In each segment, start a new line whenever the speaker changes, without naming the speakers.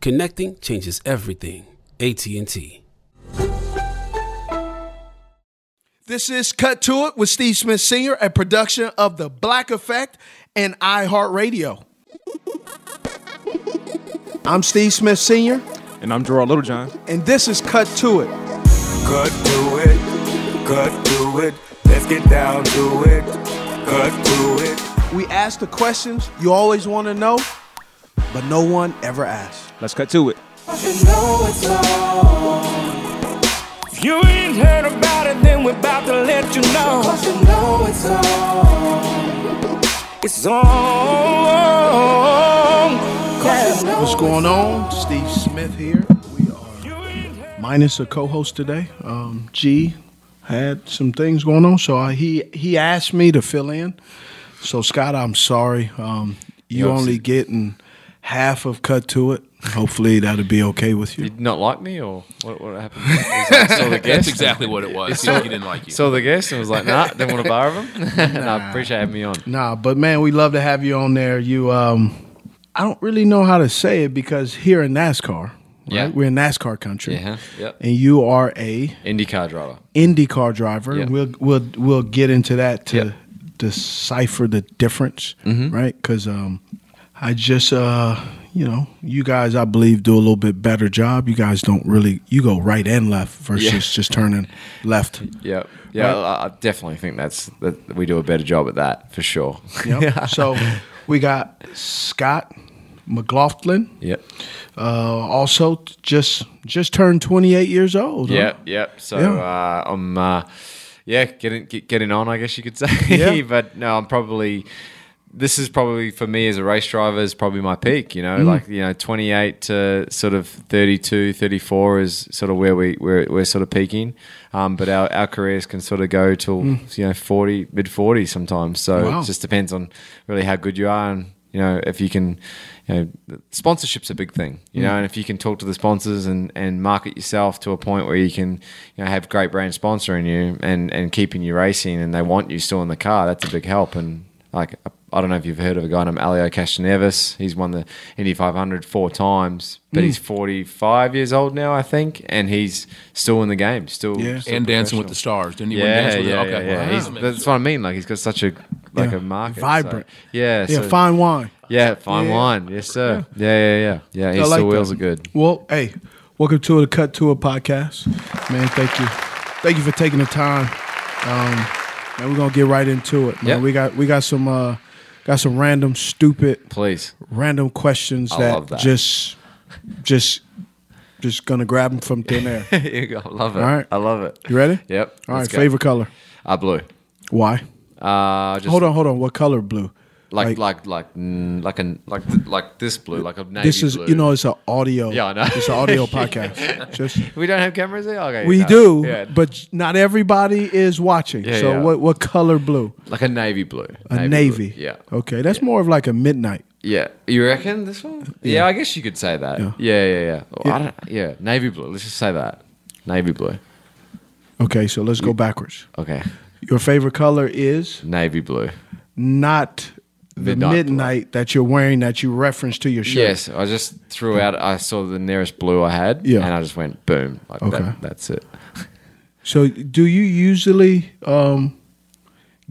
Connecting changes everything. AT&T.
This is Cut to It with Steve Smith Sr., a production of The Black Effect and iHeartRadio. I'm Steve Smith Sr.,
And I'm Gerald Littlejohn.
and this is Cut to It.
Cut to it, cut to it, let's get down to it, cut to it.
We ask the questions you always want to know, but no one ever asks.
Let's cut to it.
You know it's on. If you ain't heard about it, then we're about to let you know. you know it's on. It's on.
What's going on? Steve Smith here. We are minus a co-host today. Um, G had some things going on, so I, he he asked me to fill in. So Scott, I'm sorry. Um, you
Yes.
only getting half of cut to it. Hopefully that'll be okay with you.
You not like me, or what, what happened? Is that- so the guest,
That's exactly what it was. he didn't like you.
so the guest, and was like, "Nah, didn't want a bar of him." and I appreciate having me on.
Nah, but man, we love to have you on there. You, um, I don't really know how to say it because here in NASCAR, right?
Yeah.
we're in NASCAR country,
Yeah, yep.
and you are a
IndyCar driver.
IndyCar driver.
Yeah.
We'll we'll we'll get into that to
Yeah. Mm-hmm.
decipher the difference, right? Because um, I just uh, you know, you guys, I believe, do a little bit better job. You guys don't really you go right and left versus
Yeah.
just turning left.
Yep. Yeah,
Right.
I, I definitely think that's that we do a better job at that for sure.
Yep. So we got Scott McLaughlin.
Yep.
Uh, also, t- just just turned 28 years old. huh?
Yep. Yep. So
Yeah.
Uh, I'm, uh, yeah, getting get, getting on, I guess you could say.
Yeah.
but no, I'm probably. This is probably for me as a race driver is probably my peak. You know,
Mm.
like you know, 28 to sort of 32, 34 is sort of where we we're, we're sort of peaking. Um, but our, our careers can sort of go till you know 40, mid 40 sometimes. So
Mm. Wow.
it just depends on really how good you are and. You know, if you can, you know, the- sponsorship's a big thing. You know, and if you can talk to the sponsors and, and market yourself to a point where you can, you know, have great brands sponsoring you and, and keeping you racing, and they want you still in the car. That's a big help. And like, I don't know if you've heard of a guy named Alio Castroneves. He's won the Indy 500 four times, but he's 45 years old now, I think, and he's still in the game. Still,
Yeah.
still
and Dancing with
professional
the Stars. Didn't he win
yeah,
Dancing with
yeah,
the
yeah,
Okay.
yeah.
wow.
He's, that's what I mean. Like he's got such a like
Yeah.
a market,
Vibrant.
So, yeah,
Yeah,
so-
fine wine.
Yeah, fine
Yeah.
wine. Yes, sir. Yeah, yeah, yeah. Yeah,
I
his
like
still wheels
that.
are good.
Well, hey, welcome to the Cut Tour podcast, man. Thank you, thank you for taking the time. Um, man, we're gonna get right into it. Man,
Yeah.
we got we got some uh, got some random, stupid,
Please,
random questions
I
that,
love that.
just just just gonna grab them from thin air.
Here you go. I love it.
All right.
I love it.
You ready?
Yep.
All right.
Let's go.
Favorite color?
Uh, blue.
Why?
Uh, just
Hold on, hold on. What color? Blue.
Like, like, like, mm, like, an, like, th- like this blue, like a navy
This is
blue.
you know it's an audio.
Yeah, I know.
It's an audio podcast. Just
we don't have cameras here. Okay,
we
no.
do,
Yeah.
but not everybody is watching.
Yeah,
so
yeah.
what what color blue?
like a navy blue,
A navy.
navy. blue. Yeah.
Okay, that's more of like a midnight.
Yeah, you reckon this one? Yeah, I guess you could say that. Yeah, yeah, yeah. Yeah. Well, I don't, yeah, navy blue. Let's just say that navy blue.
Okay, so let's go backwards.
Okay,
Your favorite color is
navy blue.
not the
Midnight
midnight,
blue.
that you're wearing that you reference to your shirt.
Yes, I just threw out. I saw the nearest blue I had,
Yeah.
and I just went boom. Like
Okay.
that, that's it.
So do you usually um,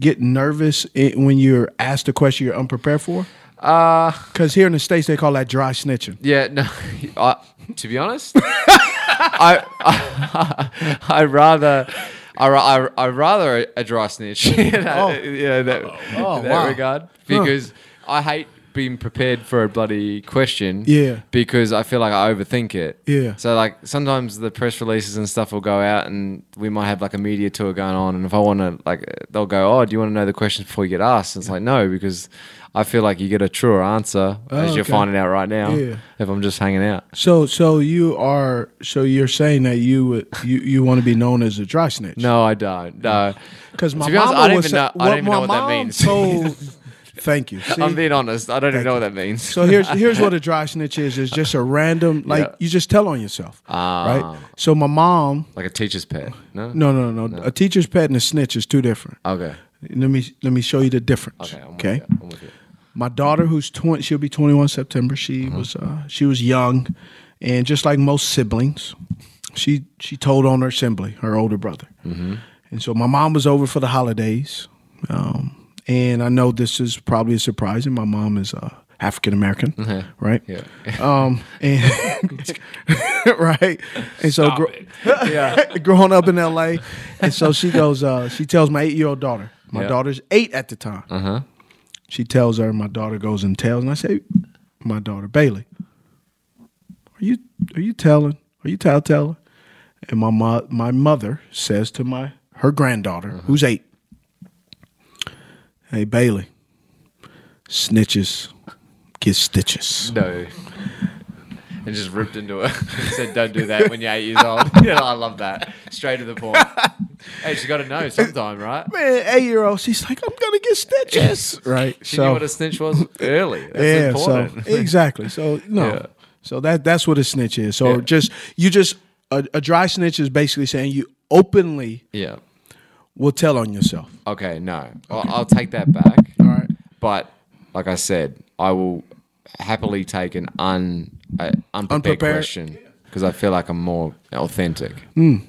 get nervous i when you're asked a question you're unprepared for?
Uh
Because here in the states they call that dry snitching.
yeah, no, I to be honest, I, I I rather. I, ra- I, I rather a dry snitch in that,
Oh.
yeah, that,
Oh,
in that
wow.
regard because I hate being prepared for a bloody question
Yeah.
because I feel like I overthink it.
Yeah.
So like sometimes the press releases and stuff will go out and we might have like a media tour going on and if I want to like they'll go, "Oh, do you want to know the questions before you get asked?" it's like, "No, because I feel like you get a truer answer as you're
Oh, okay.
finding out right now
Yeah.
if I'm just hanging out."
So, so you are. So you're saying that you would you, you want to be known as a dry snitch?
No, I don't. No.
because my
To be honest,
mama
I don't
was
even know- I
what
don't even
my
know what that
mom
means.
Told, thank you. See?
I'm being honest. I don't even know what that means.
So here's here's what a dry snitch is. It's just a random like
Yeah. Ah.
you just tell on yourself, right? So my mom,
like a teacher's pet. No.
no, no, no, no, a teacher's pet and a snitch is two different.
Okay.
Let me let me show you the difference.
Okay. I'm
okay?
With you. I'm with you.
my daughter who's 20 she'll be 21 september she
Mm-hmm.
was uh, she was young and just like most siblings she she told on her assembly her older brother and so my mom was over for the holidays um, and i know this is probably surprising my mom is uh, african american right
Uh-huh. Yeah.
um, and right and so gro-
it.
growing up in la and so she goes uh, she tells my eight-year-old daughter my
Yeah. Uh-huh.
daughter's eight at the time she tells her, my daughter goes and tells, and I say, my daughter Bailey, are you are you telling? Are you tell telling? And my mo- my mother says to my her granddaughter, who's eight, hey Bailey, snitches get stitches.
No. And just ripped into it. Said, "Don't do that when you're eight years old." yeah, I love that. Straight to the point. hey, she got to know sometime, right?
Man, eight year old, she's like, I'm gonna get stitches, right?
She knew what a snitch was early. That's important.
So, exactly. So no.
Yeah.
So that that's what a snitch is. So
Yeah.
just you just a, a dry snitch is basically saying you openly
yeah.
will tell on yourself.
Okay. No, I'll, I'll take that back.
All right.
But like I said, I will happily take an un uh, unprepared,
Unprepared.
question because I feel like I'm more authentic. So
I like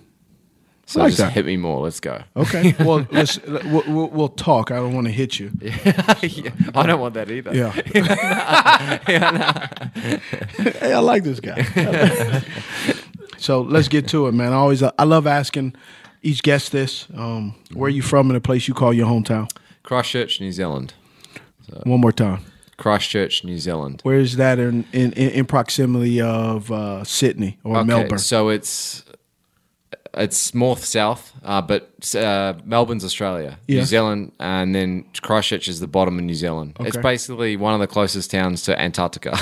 just
that. Oh.
hit me more. Let's go.
Okay. well, let's we'll, we'll, we'll talk. I don't want to hit you.
Yeah, I don't want that either.
Yeah. hey, I like this guy. so let's get to it, man. I always I love asking each guest this. Um, where you from in a place you call your hometown?
Christchurch, New Zealand. Uh,
One more time.
Christchurch, New Zealand.
Where is that in in, in, in proximity of uh, Sydney or Melbourne?
So it's it's north south, uh, but uh, Melbourne's Australia,
Yeah.
New Zealand, and then Christchurch is the bottom of New Zealand. It's
Okay.
basically one of the closest towns to Antarctica.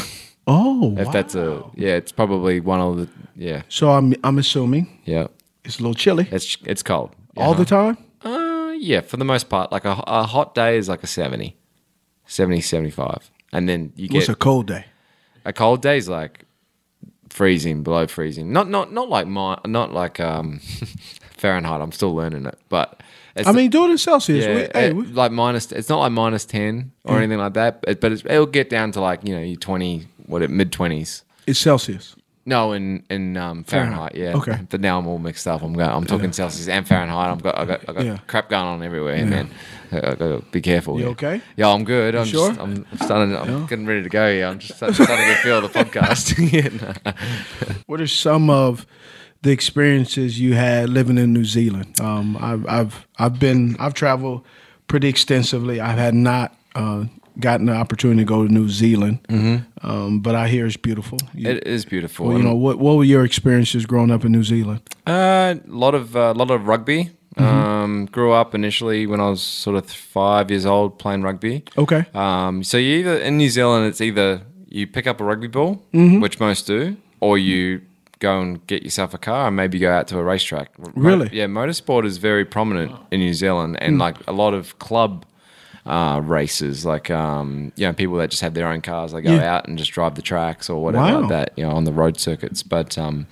oh,
if
wow.
that's a yeah, it's probably one of the yeah
so I'm I'm assuming
yeah.
it's a little chilly
It's it's cold
all the time.
Uh, yeah, for the most part, like a, a hot day is like a 70, 70, 75. and then you
What's
get
a cold day?
a cold day's like freezing, below freezing. Not not not like my not like um Fahrenheit. I'm still learning it, but it's
I mean, do it in Celsius.
yeah,
we, hey,
it-
we, Mm.
like minus. It's not like minus ten or anything like that. But, but it's, it'll get down to like you know your twenty, what it mid twenties.
it's Celsius.
No, in in um, Fahrenheit, yeah.
Okay.
But now I'm all mixed up. I'm going. I'm talking Celsius and Fahrenheit. I've got I got, I got
Yeah.
crap going on everywhere, man. I, I gotta be careful.
You
here.
okay?
Yeah, I'm good. I'm
sure?
Just, I'm starting. I'm getting ready to go. Yeah, I'm just starting to feel the podcast. yeah, no.
What are some of the experiences you had living in New Zealand? Um, I've I've I've been I've traveled pretty extensively. I had not uh, gotten the opportunity to go to New Zealand, um, but I hear it's beautiful. You,
Mm-hmm. It is beautiful.
well, you
And,
know what? What were your experiences growing up in New Zealand?
uh, lot of a lot of rugby.
Mm-hmm.
Um, grew up initially when I was sort of five years old playing rugby.
Okay,
Um, so you either in New Zealand, it's either you pick up a rugby ball,
Mm-hmm.
which most do, or you go and get yourself a car and maybe go out to a racetrack. Mo-
Really? Mm.
yeah, motorsport is very prominent in New Zealand, and like a lot of club uh, races, like um, you know, people that just have their own cars, they go
Yeah.
out and just drive the tracks or whatever
Wow.
like that, you know, on the road circuits. But um,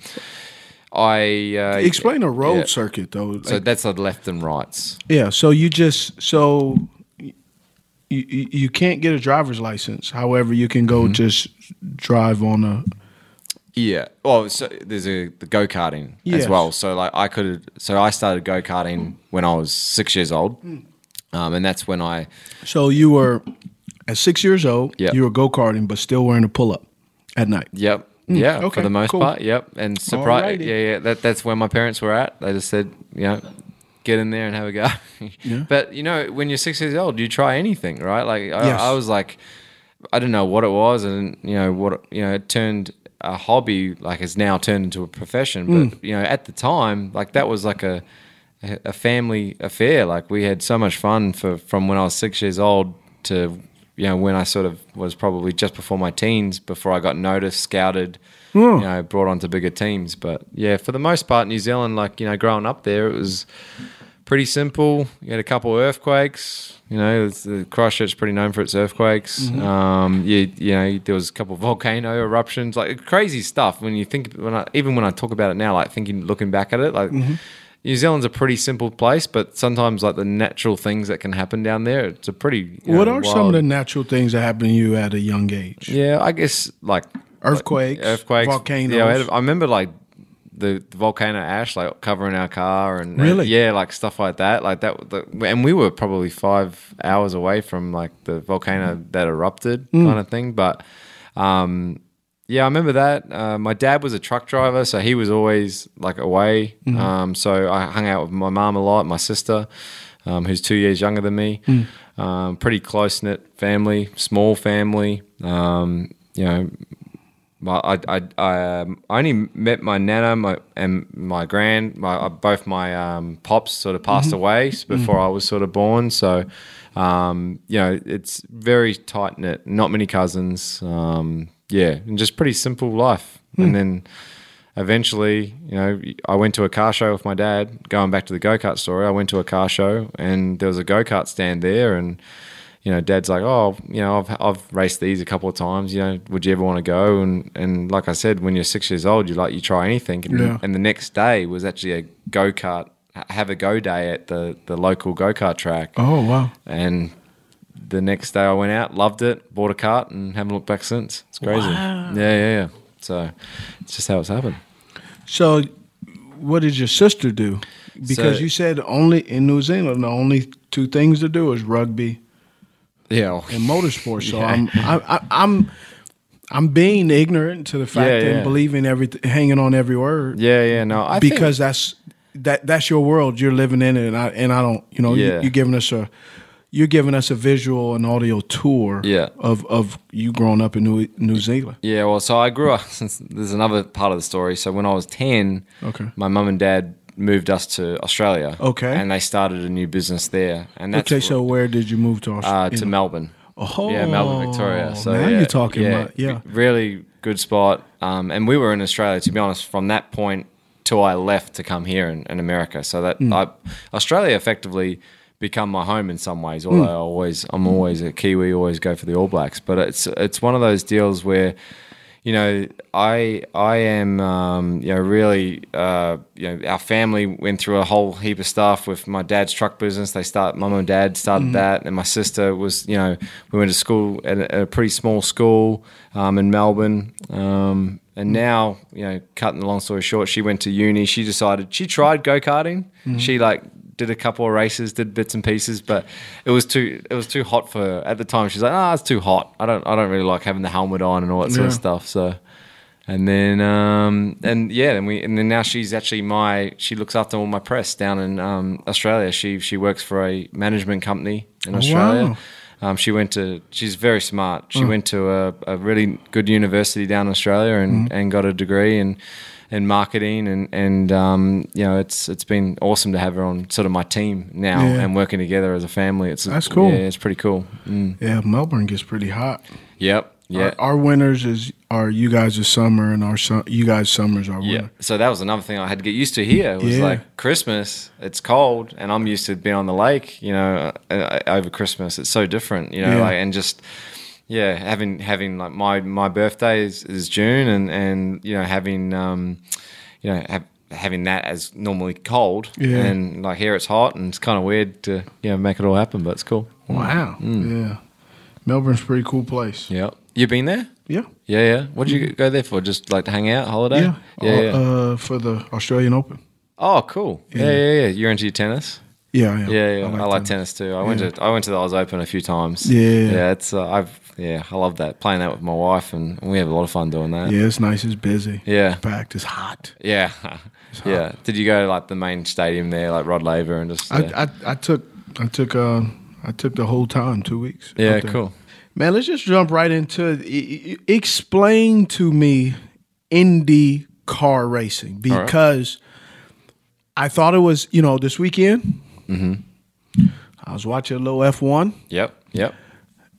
I uh,
explain a road
yeah.
circuit though. Like-
So that's the left and rights.
yeah, so you just so. y- You, you can't get a driver's license. However, you can
Mm-hmm.
go just drive on a
Yeah. Well, so there's a the go karting
Yes.
as well. So like I could. So I started go karting when I was six years old,
Hmm.
um, and that's when I
So you were at six years old.
Yeah.
You were go karting, but still wearing a pull up at night.
yep Yeah, for
Hmm. okay,
the most
cool.
part. Yep. And surprise,
Alrighty.
yeah, yeah. That that's where my parents were at. They just said, you know, get in there and have a go. But you know, when you're six years old, you try anything, right? Like I,
Yes.
I was like, I don't know what it was, and you know what you know. It turned a hobby, like it's now turned into a profession. But you know, at the time, like that was like a a family affair. Like we had so much fun for from when I was six years old to you know when I sort of was probably just before my teens before I got noticed, scouted, you know, brought onto bigger teams. But yeah, for the most part, New Zealand, like you know, growing up there, it was pretty simple. You had a couple of earthquakes. You know, it's, uh, Christchurch is pretty known for its earthquakes.
Mm-hmm.
Um, you, you know, there was a couple of volcano eruptions, like crazy stuff. When you think, when I, even when I talk about it now, like thinking, looking back at it, like
Mm-hmm.
New Zealand's a pretty simple place, but sometimes like the natural things that can happen down there, it's a pretty. you
What
know,
are some of
wild-
the natural things that happen to you at a young age?
yeah, I guess like
Earthquakes,
earthquakes,
volcanoes.
Yeah, I, had- I remember like the, the volcano ash like covering our car and
Really?
yeah, like stuff like that. Like that, the, and we were probably five hours away from like the volcano that erupted,
Mm.
kind of thing. But um, yeah, I remember that. Uh, my dad was a truck driver, so he was always like away.
Mm-hmm.
Um, so I hung out with my mom a lot, my sister, um, who's two years younger than me.
Mm.
Um, pretty close knit family, small family. Um, you know, my, I, I, I um, only met my nana my, and my grand, my, uh, both my um, pops sort of passed away s- before I was sort of born. So, um, you know, it's very tight knit, not many cousins. Um, yeah, and just pretty simple life. And then eventually, you know, I went to a car show with my dad. Going back to the go kart story, I went to a car show and there was a go kart stand there, and you know, dad's like, oh, you know, I've I've raced these a couple of times. You know, would you ever want to go? And and like I said, when you're six years old, you like you try anything. And,
Yeah.
and the next day was actually a go kart have a go day at the the local go kart track.
Oh wow!
And the next day I went out, loved it, bought a cart, and haven't looked back since. It's crazy. Yeah, yeah, yeah. So it's just how it's happened.
So, what did your sister do? Because
So-
you said only in New Zealand, the only two things to do is rugby
Yeah. well,
and motorsports. So I'm, I, I, I'm, I'm being ignorant to the fact
Yeah, yeah.
and believing everything, hanging on every word.
Yeah, yeah. No, I think-
because that's that that's your world you're living in it and I and I don't you know
Yeah.
you, you're giving us a you're giving us a visual and audio tour
Yeah.
of of you growing up in New, New Zealand.
Yeah, well, so I grew up. Since there's another part of the story. So when I was ten,
Okay.
my mum and dad moved us to Australia.
Okay.
and they started a new business there. And that's
okay, so where did you move to
uh,
Australia?
to Melbourne.
Oh,
yeah, Melbourne, Victoria. So
now
yeah,
you're talking about yeah.
really good spot. Um, and we were in Australia, to be honest, from that point till I left to come here in, in America. So that
Mm.
I, Australia effectively become my home in some ways.
Mm.
Although I always, I'm always a Kiwi, always go for the All Blacks. But it's it's one of those deals where. You know, I I am um, you know really uh, you know our family went through a whole heap of stuff with my dad's truck business. They start mum and dad started that, and my sister was you know we went to school at a, at a pretty small school um, in Melbourne. Um, and now you know, cutting the long story short, she went to uni. She decided she tried go karting. She like did a couple of races, did bits and pieces, but it was too it was too hot for her at the time. She's like, ah, it's too hot. I don't I don't really like having the helmet on and all that sort of
Yeah.
stuff. So, and then um and yeah, then we and then now she's actually my she looks after all my press down in um, Australia. She she works for a management company in Australia.
Oh, Wow. Mm.
Um, she went to. She's very smart. She went to a, a really good university down in Australia
Mm.
and, and got a degree in in marketing and and um, you know it's it's been awesome to have her on sort of my team now
Yeah.
and working together as a family. It's
That's cool.
Yeah, it's pretty cool. Mm.
Yeah, Melbourne gets pretty hot.
Yep. Yeah.
Our, our winters is are you guys is summer and our su- you guys summers are
Yeah.
winter.
So that was another thing I had to get used to here. It was
Yeah.
like Christmas, it's cold, and I'm used to being on the lake, you know, uh, uh, over Christmas. It's so different, you know,
Yeah.
like, and just, yeah, having, having like my, my birthday is, is June, and, and, you know, having, um, you know, have, having that as normally cold.
Yeah.
And like here it's hot, and it's kind of weird to, you know, make it all happen, but it's cool.
Wow.
Mm.
Yeah. Melbourne's a pretty cool place.
Yeah. You been there?
Yeah.
Yeah, yeah. What would you go there for? Just like to hang out, holiday?
Mm.
Yeah.
Yeah. Uh,
yeah.
Uh, for the Australian Open.
oh, cool. yeah, yeah, yeah. You're into your tennis?
Yeah, I am.
Yeah, yeah. I like, tennis
tennis.
too. I went to I went to the Oz Open a few times.
Yeah.
yeah. It's uh, I've yeah, I love that. Playing that with my wife, and, and we have a lot of fun doing that.
Yeah, it's nice. It's busy.
Yeah.
It's packed. It's hot.
Yeah, yeah. Did you go to like the main stadium there, like Rod Laver, and just? uh, yeah.
I, I I took I took uh I took the whole time, two weeks. out
yeah,
there.
cool.
Man, let's just jump right into it. E- e- Explain to me Indy car racing
right.
because I thought it was, you know, this weekend.
Mm-hmm.
I was watching a little F1
Yep, yep.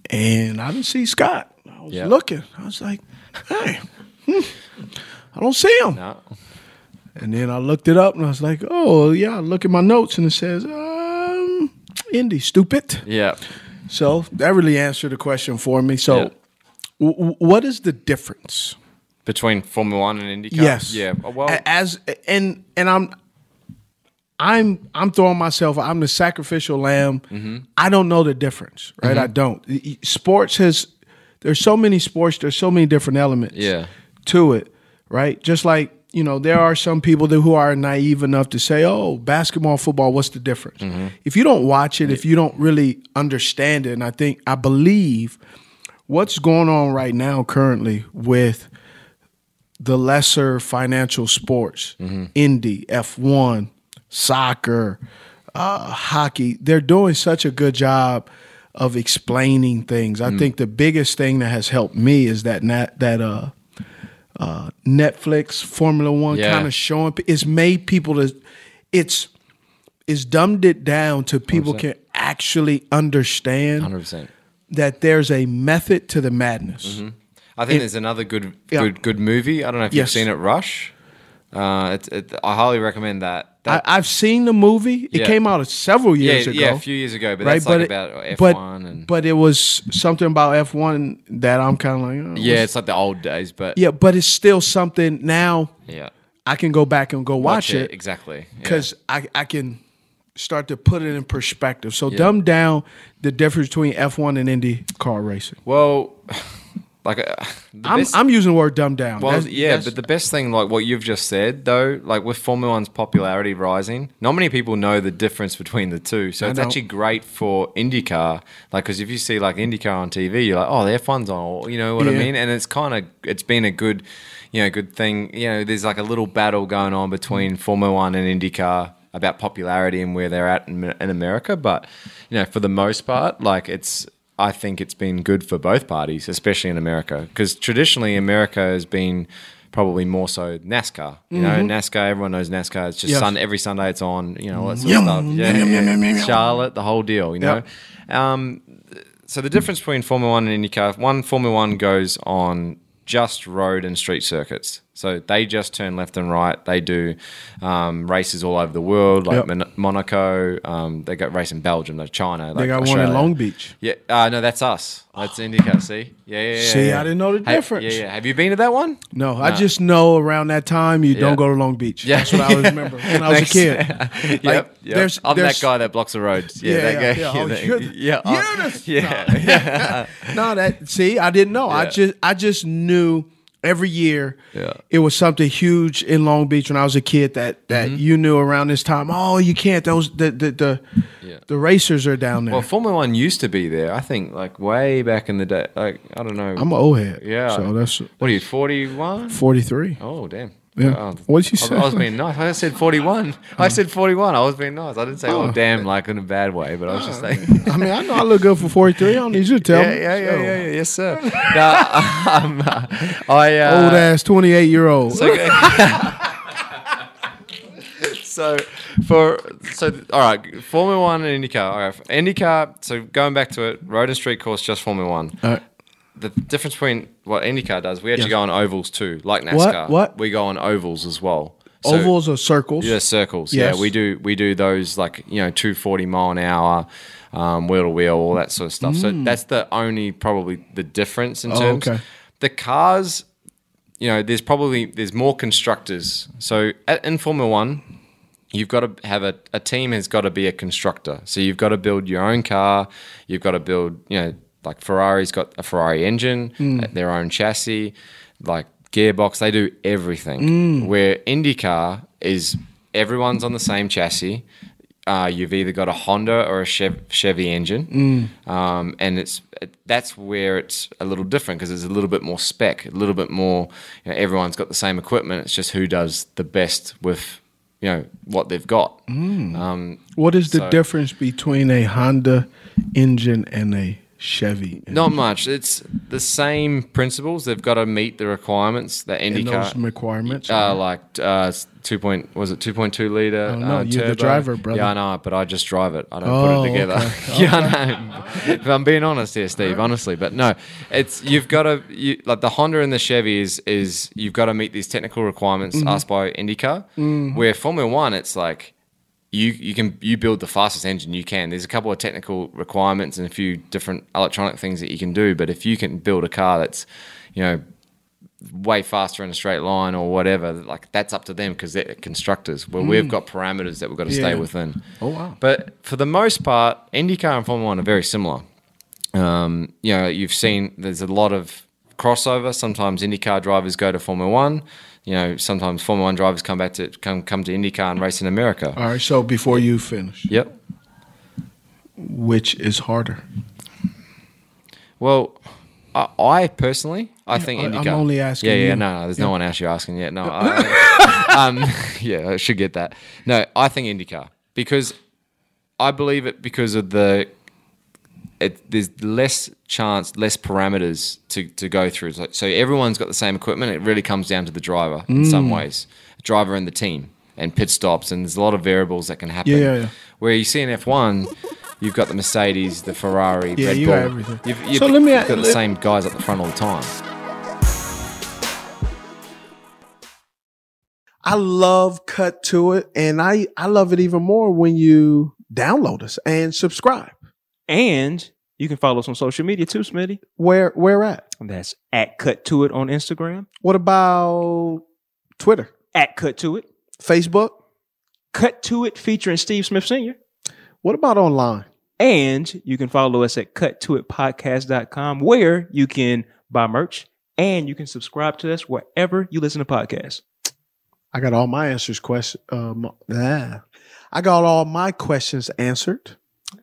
and I didn't see Scott. I was
Yeah.
looking. I was like, hey, hmm, I don't see him.
No.
And then I looked it up and I was like, oh, yeah, I look at my notes and it says, um, Indy, stupid.
Yeah,
So that really answered the question for me. So,
Yeah.
w- w- what is the difference?
between Formula One and IndyCar.
Yes.
Yeah. oh, Well.
A- as and and I'm. I'm I'm throwing myself. I'm the sacrificial lamb.
Mm-hmm.
I don't know the difference, right? I don't. E- e- Sports has there's so many sports. There's so many different elements
Yeah.
to it, right? Just like you know, there are some people that, who are naive enough to say, "Oh, basketball, football, what's the difference?"
Mm-hmm.
If you don't watch it, if you don't really understand it, and I think I believe what's going on right now currently with the lesser financial sports, Indy, F1, soccer, uh, hockey, they're doing such a good job of explaining things. I think the biggest thing that has helped me is that nat- that uh, uh, Netflix Formula One
Yeah.
kind of showing it's made people to it's it's dumbed it down to people can actually understand
100%.
that there's a method to the madness.
I think there's another good,
Yeah.
good, good movie. I don't know if
Yes.
you've seen it, Rush. Uh, it's it, I highly recommend that.
I,
That-
I've seen the movie. It
Yeah.
came out several
yeah,
years ago.
yeah, a few years ago, but that's like
it-
about F1
but,
and
but it was something about F one that I'm kind of like, oh,
yeah,
what's-
it's like the old days, but
yeah. But it's still something now.
yeah.
I can go back and go watch, it
exactly Yeah.
because I I can start to put it in perspective. So dumb down the difference between F one and Indy car racing.
well like uh, the
I'm
best-
I'm using the word dumb down.
well,
That's-
yeah,
that's-
but the best thing, like what you've just said, though, like with Formula One's popularity rising, not many people know the difference between the two. So
I
it's
don't.
actually great for IndyCar, like because if you see like IndyCar on TV, you're like, oh, the F1's on, or- you know what I
Yeah.
mean? And it's kind of it's been a good, you know, good thing. You know, there's like a little battle going on between Formula One and IndyCar about popularity and where they're at in, in America. But you know, for the most part, like it's. I think it's been good for both parties, especially in America, because traditionally America has been probably more so NASCAR. You know, NASCAR. Everyone knows NASCAR. It's just
Mm-hmm. Yes.
sun every Sunday. It's on. You know, all that sort
Yum,
of stuff. Yeah,
yum, yum, yum, yum, yum.
Charlotte, the whole deal. You know. Um, so the difference between Formula One and IndyCar, one Formula One goes on just road and street circuits. So they just turn left and right. They do um, races all over the world, like
Yep.
Mon- Monaco. Um, they got race in Belgium, they China.
they
like
got one
Australia.
in Long Beach. Oh.
Yeah, uh, no, that's us. That's IndyCar. See, yeah, yeah, yeah.
See,
yeah.
I didn't know the
Hey,
difference.
Yeah, yeah. Have you been to that one?
No, I just know around that time you
Yeah.
don't go to Long Beach.
Yeah.
That's what I always remember when I was a
Thanks.
kid.
yep,
Like,
yep.
there's-
I'm
there's-
that guy that blocks the roads. Yeah,
Yeah,
that
yeah,
guy.
yeah. Oh,
that-
you're the-
yeah, oh,
you're the-
yeah, yeah.
No, that see, I didn't know. I
Yeah.
just I just knew every year
Yeah.
it was something huge in Long Beach when I was a kid that that
Mm-hmm.
you knew around this time. Oh, you can't those the the the, the racers are down there.
Well, Formula One used to be there. I think like way back in the day. Like I don't know.
I'm an old head.
yeah.
So that's
what are you? Forty one.
forty three.
Oh damn.
Yeah.
Oh,
What did you
I-
say? Oh.
I was being nice. I said forty-one. I said forty-one. I was being nice. I didn't say, "Oh, damn!" Like in a bad way, but I was just saying.
I mean, I know I look good for forty three. I don't need you to tell
yeah,
me.
yeah, yeah,
So,
yeah, yeah, yes, sir. no, um, I uh,
Old ass twenty eight year old.
so for so all right, Formula One and IndyCar. All right, IndyCar. So going back to it, road and street course, just Formula One. The difference between what IndyCar does, we actually
Yes.
go on ovals too, like NASCAR.
what?
We go on ovals as well. So-
Ovals or circles.
yeah, circles.
Yes.
Yeah, we do we do those like you know two forty mile an hour, um, wheel to wheel, all that sort of stuff.
Mm.
So that's the only probably the difference in
Oh,
terms.
okay.
The cars, you know, there's probably there's more constructors. So at, in Formula One, you've got to have a, a team has got to be a constructor. So you've got to build your own car. You've got to build, you know, like Ferrari's got a Ferrari engine,
Hmm.
uh, their own chassis, like gearbox. They do
Hmm.
everything. Where IndyCar is everyone's on the same chassis. uh, you've either got a Honda or a Chev- Chevy engine,
Mm.
um, and it's that's where it's a little different because it's a little bit more spec, a little bit more. You know, everyone's got the same equipment. It's just who does the best with you know what they've got.
Mm.
Um,
What is the
So-
difference between a Honda engine and a Chevy?
Not much. It's the same principles. They've got to meet the requirements that
and
IndyCar
those requirements.
Uh, like uh, two point was it two point two liter?
don't know.
uh,
Oh, You're
turbo?
the driver, brother.
Yeah, I know, but I just drive it. I don't
Oh,
put it together.
okay.
yeah, I know. if I'm being honest here, Steve, honestly, but no, it's you've got to you, like the Honda and the Chevy is is you've got to meet these technical requirements
Mm-hmm.
asked by IndyCar.
Mm.
Where Formula One, it's like you you can you build the fastest engine you can. There's a couple of technical requirements and a few different electronic things that you can do, but if you can build a car that's you know way faster in a straight line or whatever. Like that's up to them because they're constructors. Well, we've got parameters that we've got to
Mm. Yeah.
stay within.
Oh, wow.
But for the most part, IndyCar and Formula One are very similar. Um, you know, you've seen there's a lot of crossover. Sometimes IndyCar drivers go to Formula One. You know, sometimes Formula One drivers come back to come come to IndyCar and race in America.
All right. So before you finish,
Yep.
which is harder?
Well, I, I personally, I think
I- I'm
IndyCar.
only asking
Yeah, yeah,
you.
no, no, there's no one else you're asking yet. No, I, um, yeah, I should get that. No, I think IndyCar because I believe it because of the. It, there's less chance, less parameters to, to go through. So, so everyone's got the same equipment. It really comes down to the driver in
Mm.
some ways, driver and the team, and pit stops. And there's a lot of variables that can happen.
Yeah, yeah, yeah.
Where you see in F1, you've got the Mercedes, the Ferrari,
Yeah,
Red
you
Bull.
got everything.
You've, you've
So let me-
got the
let-
same guys at the front all the time.
I love Cut to It, and I I love it even more when you download us and subscribe.
And you can follow us on social media too, Smitty.
Where where at?
That's at Cut To It on Instagram,
What about Twitter,
at Cut To It,
Facebook?
Cut To It featuring Steve Smith Sr.
What about online?
And you can follow us at cuttoitpodcast.com where you can buy merch and you can subscribe to us wherever you listen to podcasts.
I got all my answers question. Um, ah. I got all my questions answered.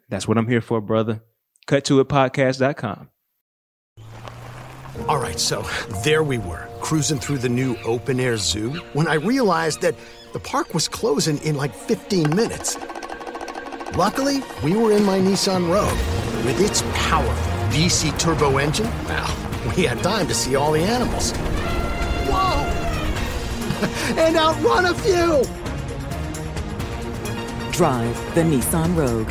That's what I'm here for, brother. Cuttoitpodcast.com.
All right, so there we were, cruising through the new open air zoo when I realized that the park was closing in like 15 minutes. Luckily, we were in my Nissan Rogue. With its powerful VC turbo engine, well, we had time to see all the animals. Whoa! and outrun a few!
Drive the Nissan Rogue.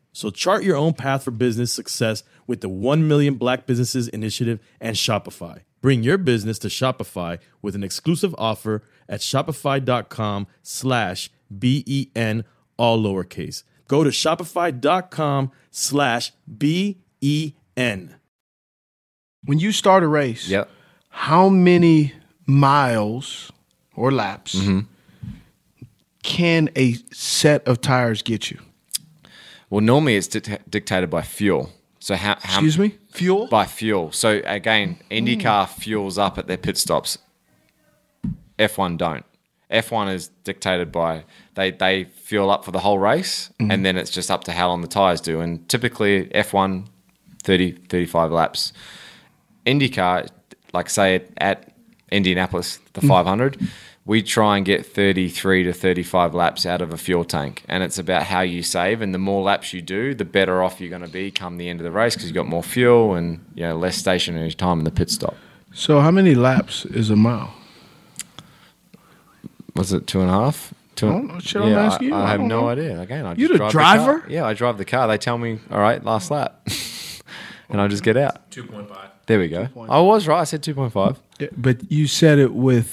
So chart your own path for business success with the 1 Million Black Businesses Initiative and Shopify. Bring your business to Shopify with an exclusive offer at shopify.com slash B-E-N, all lowercase. Go to shopify.com slash E B-E-N.
When you start a race,
Yep.
how many miles or laps
Mm-hmm.
can a set of tires get you?
Well, normally it's dict- dictated by fuel. So how, how
Excuse me? Fuel? Hmm.
by fuel. So again, IndyCar fuels up at their pit stops. F1 don't. F1 is dictated by they they fuel up for the whole race
Mm-hmm.
Mhm.
and then it's just up to how long the tires do and typically F1 30 35 laps. IndyCar like say at Indianapolis the
Mm.
Mhm.
500 we try and get 33 to 35 laps out of a fuel tank and it's about how you save and the more laps you do the better off you're going to be come the end of the race because you've got more fuel and you know less stationary time in the pit stop
So how many laps is a mile?
was it two and a half Two-
I don't know. Oh, Shit, I'm asking you.
I,
I
have
don't
no
know.
idea again I
You
just
the
drive
driver?
car. yeah I drive the car they tell me all right last lap and I just get out 2.5 there we go I was right I said 2.5
Yeah, But you said it with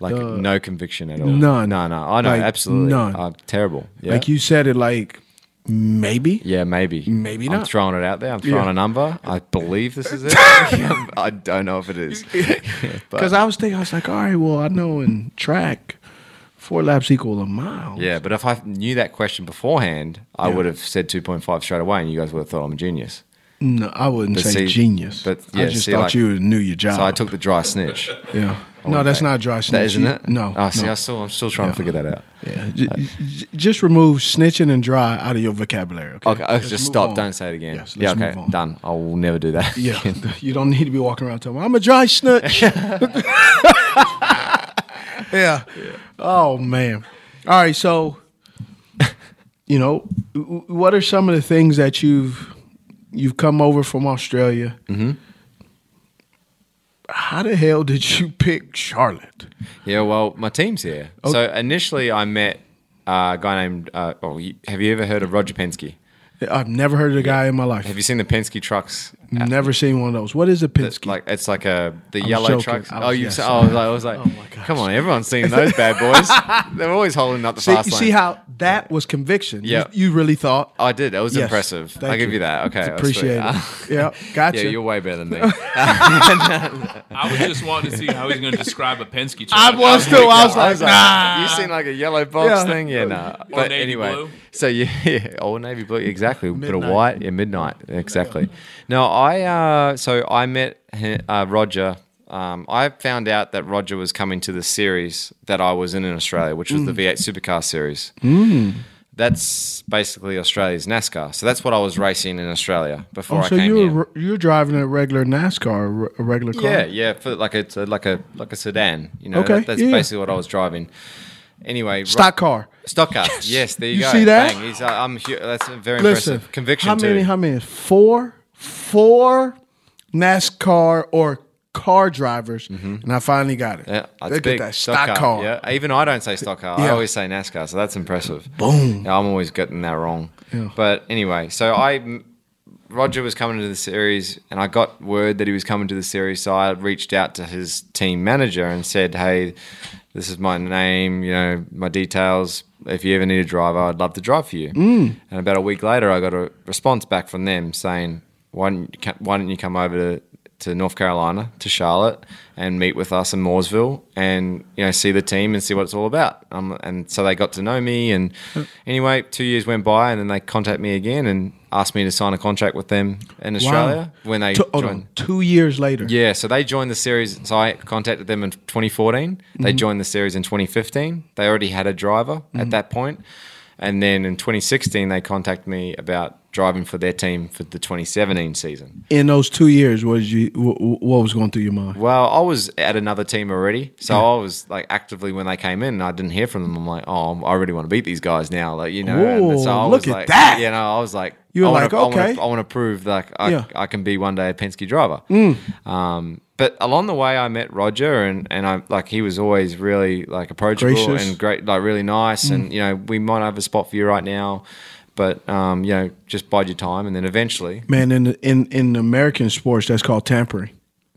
like
uh,
no conviction at all
none.
no no I know
Like,
absolutely
none.
I'm terrible yeah.
Like you said it like maybe.
Yeah, maybe.
Maybe
I'm
not.
throwing it out there. I'm throwing a
Yeah.
number. I believe this is it. I don't know if it is. But-
Because I was thinking, I was like, all right, well, I know in track, four laps equal a mile.
yeah, but if I knew that question beforehand, I
Yeah.
would have said 2.5 straight away, and you guys would have thought I'm a genius.
No, I wouldn't
But
say
see-
genius.
But
I
yeah,
just
see,
thought
like-
you knew your job.
So I took the dry snitch.
Yeah.
I
No,
went
that's
back.
not a dry
That
snitch.
isn't
You-
it?
no,
Oh, see,
no.
I still, I'm still trying to figure that out.
Yeah. J-
Uh,
j- just remove snitching and dry out of your vocabulary. Okay.
Okay, oh,
Let's
just
move
stop.
on.
Don't say it again.
Yes,
yeah,
let's
okay,
move
done. I will never do that.
Yeah.
again.
You don't need to be walking around telling me, I'm a dry snitch. yeah. Oh, man. All right. So, you know, w- w- what are some of the things that you've you've come over from Australia?
Mm-hmm.
How the hell did you pick Charlotte?
Yeah, well, my team's here.
Oh.
So initially, I met uh, a guy named. Uh, oh, you- have you ever heard of Roger Penske?
I've never heard of a guy in my life.
Have you seen the Penske trucks?
Never seen one of those. What is a Penske?
Like it's like a the
I was
yellow
joking.
trucks.
I was- Oh
oh, you.
yes,
saw
I
I was like, I was like, come on, everyone's seen those bad boys. They're always holding up the
See,
fast
you
lane.
see how that was conviction. You-
Yeah.
You, really thought.
I did. That was
Yes.
Oh, impressive.
Thank
I'll give
you.
you that. Okay. that's sweet.
Appreciate it. Yeah, gotcha.
Yeah, you're way better than me.
I was just wanting to see how he's going to describe a Penske truck.
I was too. I was like, nah. You seen like a yellow box
Yeah.
thing? Yeah, nah.
Or
But
navy
anyway,
blue.
so yeah, yeah, old navy blue, exactly. Bit of
Midnight.
white, yeah, midnight, exactly. No, I uh, so I met hi- uh, Roger. Um, I found out that Roger was coming to the series that I was in in Australia, which was the
Mm.
V8 Supercar series
Mm.
that's basically Australia's NASCAR. So that's what I was racing in Australia before
Oh,
I
so
came
you
here.
were re- you were driving a regular NASCAR, a regular car.
Yeah, yeah, for like it's a, like a like a sedan. You know,
Okay,
that, that's
yeah, yeah.
basically what I was driving. Anyway, Ro-
Stock car.
stock car. Yes, there you,
You
go.
see that?
Bang. He's, uh, I'm hu- that's very
Listen,
impressive. Conviction
How
too.
many? How many? Four, four NASCAR or car drivers, and I finally got it.
Mm-hmm. Yeah, that's
Look at
big.
that. Stock car.
Yeah, even I don't say stock car. I
Yeah.
always say NASCAR, so that's impressive.
Boom.
Yeah, I'm always getting that wrong.
Yeah.
But anyway, so I Roger was coming to the series, and I got word that he was coming to the series, so I reached out to his team manager and said, "Hey, this is my name. You know, my details. If you ever need a driver, I'd love to drive for you."
Mm.
And about a week later, I got a response back from them saying, "Why didn't you, co- why didn't you come over to, to North Carolina to Charlotte and meet with us in Mooresville and you know see the team and see what it's all about?" Um, and so they got to know me. And anyway, two years went by, and then they contacted me again and asked me to sign a contract with them in Australia when they
Two, hold
joined.
on, two years later.
Yeah, so they joined the series. So I contacted them in 2014. They
Mhm.
joined the series in 2015. They already had a driver at
Mhm.
that point. And then in 2016, they contacted me about driving for their team for the 2017 season.
In those two years, what did you? wh- wh- What was going through your mind?
Well, I was at another team already, so I was like actively when they came in. and I didn't hear from them. I'm like, oh, I'm- I really want to beat these guys now, like you know. and so I
Ooh,
was
look at
like,
that.
You know, I was like,
You
I
were
wanna-
like,
I wanna-
okay.
I want to prove like I,
Yeah.
I can be one day a Penske driver.
Mm.
Um, but along the way, I met Roger, and and I like he was always really like approachable
Gracious.
and great, like really nice.
Mm.
And you know, we might have a spot for you right now, but um, you know, just bide your time, and then eventually
Man, in the, in in American sports, that's called tampering.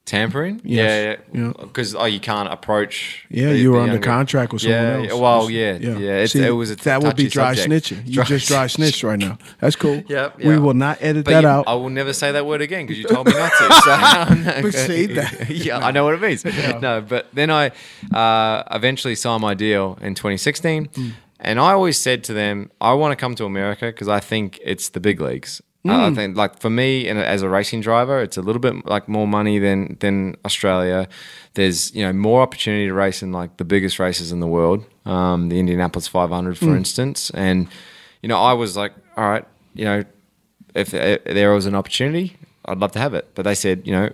Tampering?
Yes.
Yeah, yeah. Because oh, you can't approach.
Yeah,
the-
you were
the
under
younger-
contract with someone
yeah,
else.
yeah, Well, yeah, yeah. It's,
See,
it was a
that would be
touchy
dry
subject.
snitching. You just dry snitched right now. That's cool.
Yep,
We
yep.
will not edit
But
that
you-
out.
I will never say that word again because you told me not to. So I'm not
But
gonna-
see that-
yeah, I know what it means.
Yeah.
No, but then I uh, eventually signed my deal in 2016, and I always said to them, "I want to come to America because I think it's the big leagues." Uh, I
Mm.
think like for me and as a racing driver, it's a little bit like more money than than Australia. There's you know more opportunity to race in like the biggest races in the world, um, the Indianapolis 500, for
Mm.
instance. And you know I was like, all right, you know, if, if there was an opportunity, I'd love to have it. But they said, you know,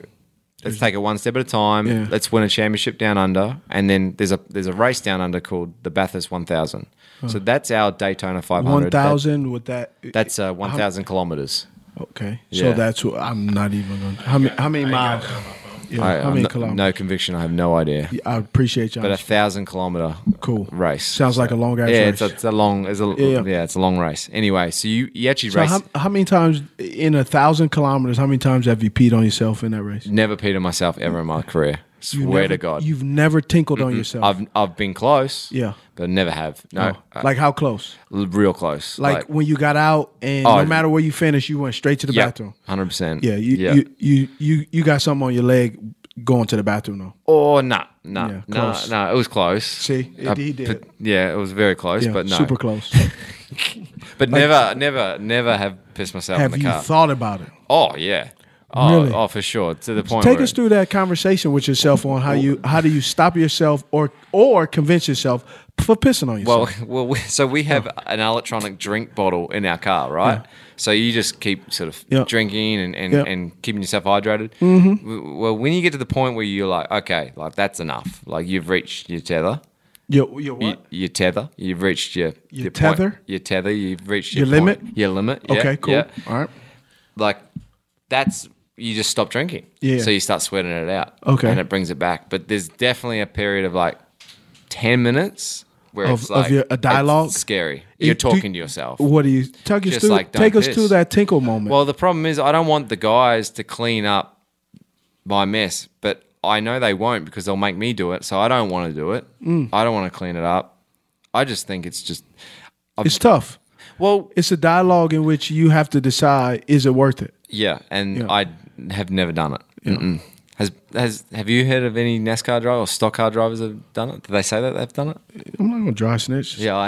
let's take it one step at a time.
Yeah.
Let's win a championship down under, and then there's a there's a race down under called the Bathurst 1000. So
Huh.
that's our Daytona 500.
One
That-
thousand with that.
that's uh, 1,000 kilometers.
Okay. So
Yeah.
that's what I'm not even going. to... How many? How many miles? Yeah,
I,
how
I'm
many
no,
kilometers?
no conviction. I have no idea.
I appreciate y'all.
But a thousand kilometer
cool
race
Sounds like a long ass
yeah, It's,
race.
a, it's a long. It's a,
Yeah.
yeah. it's a long race. Anyway, so you, you actually
so
race.
how, how many times in a thousand kilometers? How many times have you peed on yourself in that race?
never peed on myself ever in my career. Swear
never-
to God.
You've never tinkled on
Mm-mm.
yourself.
I've I've been close.
Yeah.
But never have. No. uh,
Oh. Like how close?
L- Real close.
Like, when you got out, and
Oh,
no matter where you finished, you went straight to the bathroom.
Hundred percent.
Yeah, you, you you you you got something on your leg going to the bathroom though.
Oh no, no,
Yeah,
no,
close.
no! It was close. See,
it- he did.
yeah, it was very close,
Yeah,
but no,
super close.
but
Like-
never, never, never have pissed myself
Have
in
you
the car.
thought about it?
Oh yeah. Oh,
Really?
oh for sure. To the point.
Take
where
us through that conversation with yourself on how you how do you stop yourself or or convince yourself for pissing on
Well,
yourself.
well, we, so we have an electronic drink bottle in our car, right? So you just keep sort of
Yeah.
drinking and and,
Yeah.
and keeping yourself hydrated.
Mhm.
W- Well, when you get to the point where you're like, okay, like that's enough. Like you've reached your tether.
Your- your what?
Your, tether. You've reached your
Your
point.
tether?
Your tether. You've reached
Your
your,
limit?
point. Your limit. yeah,
okay, cool.
yeah.
All right.
Like that's you just stop drinking.
Yeah.
So you start sweating it out.
Okay.
And it brings it back. But there's definitely a period of like ten minutes where
Of-
it's
of
like
your- a
it's
dialogue?
scary.
You-
You're
do-
talking to yourself.
What do you take us
Just
through?
like, don't
take us
piss.
through that tinkle moment.
Well, the problem is I don't want the guys to clean up my mess, but I know they won't because they'll make me do it. So I don't want to do it.
Mm.
I don't want to clean it up. I just think it's just I've-
it's tough.
Well,
it's a dialogue in which you have to decide: is it worth it?
yeah, and
Yeah.
I have never done it. Mm-mm. Has has have you heard of any NASCAR driver or stock car drivers that have done it? Do they say that they've done it?
I'm not gonna dry snitch.
Yeah, I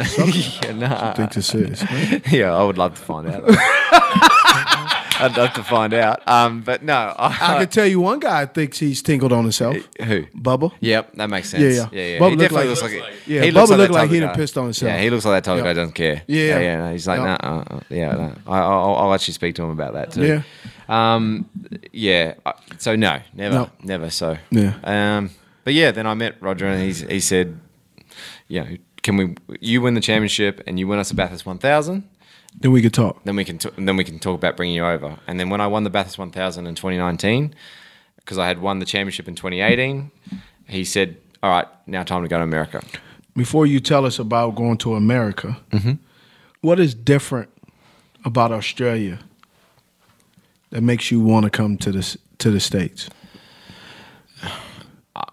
yeah, nah.
think this is, man.
yeah, I would love to find out. I'd love to find out. Um, but no, I,
I can tell you, one guy thinks he's tinkled on himself.
Who?
Bubba.
Yep, that makes
Yeah,
sense.
yeah.
Yeah, yeah.
Bubba
he
looked
definitely
like-
looks like it.
Yeah,
he
Bubba
looks
looked
that
like
type
he
of
done
guy.
pissed on himself.
Yeah, he looks like that type
Yeah.
of guy. Doesn't care.
Yeah.
yeah. yeah no, he's like,
Yeah.
nah. Uh, uh, yeah, no. I, I'll, I'll actually speak to him about that too.
Yeah.
Um. Yeah. I- So no, never,
No.
never. So
Yeah.
Um. But yeah, then I met Roger, and he's, he said, you know, can we? You win the championship, and you win us a Bathurst 1000.
Then we could talk.
Then we can t- then we can talk about bringing you over. And then when I won the Bathurst 1000 in 2019, because I had won the championship in 2018, he said, "All right, now time to go to America."
Before you tell us about going to America,
Mm-hmm.
what is different about Australia that makes you want to come to this to the states?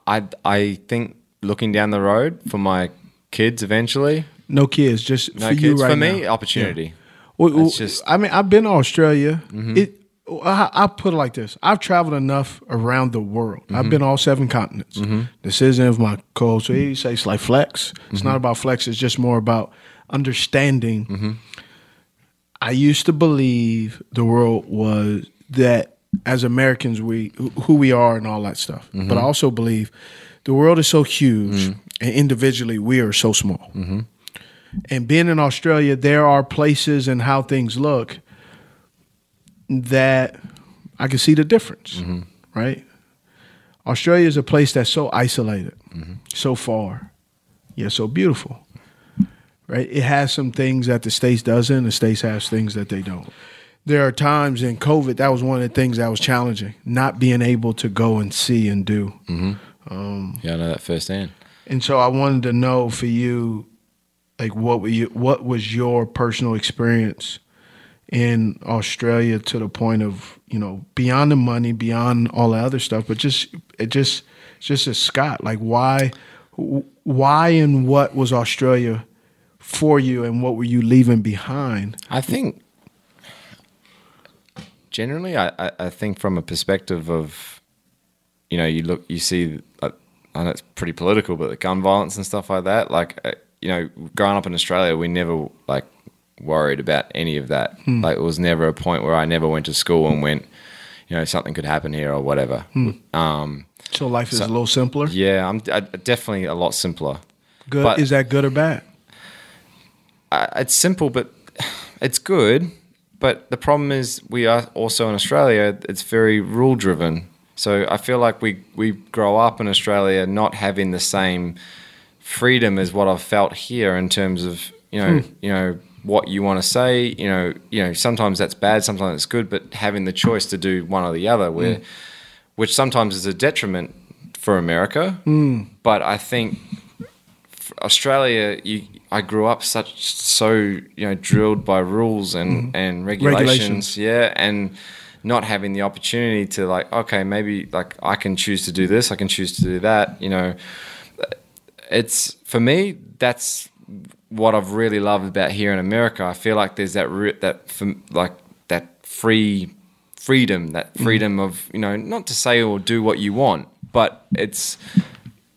I I think looking down the road for my kids eventually.
No kids, just
No
for you
kids.
right
For me,
now.
opportunity.
Yeah. Well, well,
It's just-
I mean, I've been to Australia.
Mhm.
It, I, I'll put it like this: I've traveled enough around the world. I've
Mhm.
been all seven continents. This isn't of my coach. So he says like flex. It's
Mhm.
not about flex. It's just more about understanding. I used to believe the world was that as Americans we who we are and all that stuff. But I
Mhm.
also believe the world is so huge and individually we are so small. And being in Australia, there are places and how things look that I can see the difference, right? Australia is a place that's so isolated, so far, yet so beautiful, right? It has some things that the states doesn't. The states has things that they don't. There are times in COVID that was one of the things that was challenging, not being able to go and see and do.
Mm-hmm.
Um,
Yeah, I know that firsthand.
and so I wanted to know for you, like what were you, what was your personal experience in Australia to the point of you know beyond the money, beyond all the other stuff, but just it just just as Scott, like why why and what was Australia for you, and what were you leaving behind?
I think generally I, I, I think from a perspective of you know you look you see like, I know it's pretty political but the gun violence and stuff like that like uh, you know growing up in Australia we never like worried about any of that.
Hmm.
Like it was never a point where I never went to school and went, you know, something could happen here or whatever.
Hmm.
Um,
So life is
So-
a little simpler.
yeah, I'm I, definitely a lot simpler.
Good.
But-
is that good or bad?
I, it's simple, but it's good. But the problem is, we are also in Australia. It's very rule driven. So I feel like we we grow up in Australia not having the same freedom as what I've felt here in terms of you know
Hmm.
you know what you want to say. You know you know sometimes that's bad, sometimes it's good. But having the choice to do one or the other, where
Hmm.
which sometimes is a detriment for America
Mm.
but I think f- Australia, you, I grew up such so you know drilled by rules and
Mhm.
and regulations,
Regulations.
yeah, and not having the opportunity to like, okay, maybe like I can choose to do this, I can choose to do that, you know. It's for me that's what I've really loved about here in America. I feel like there's that re- that fam- like that free freedom, that
Mhm.
freedom of you know not to say or do what you want, but it's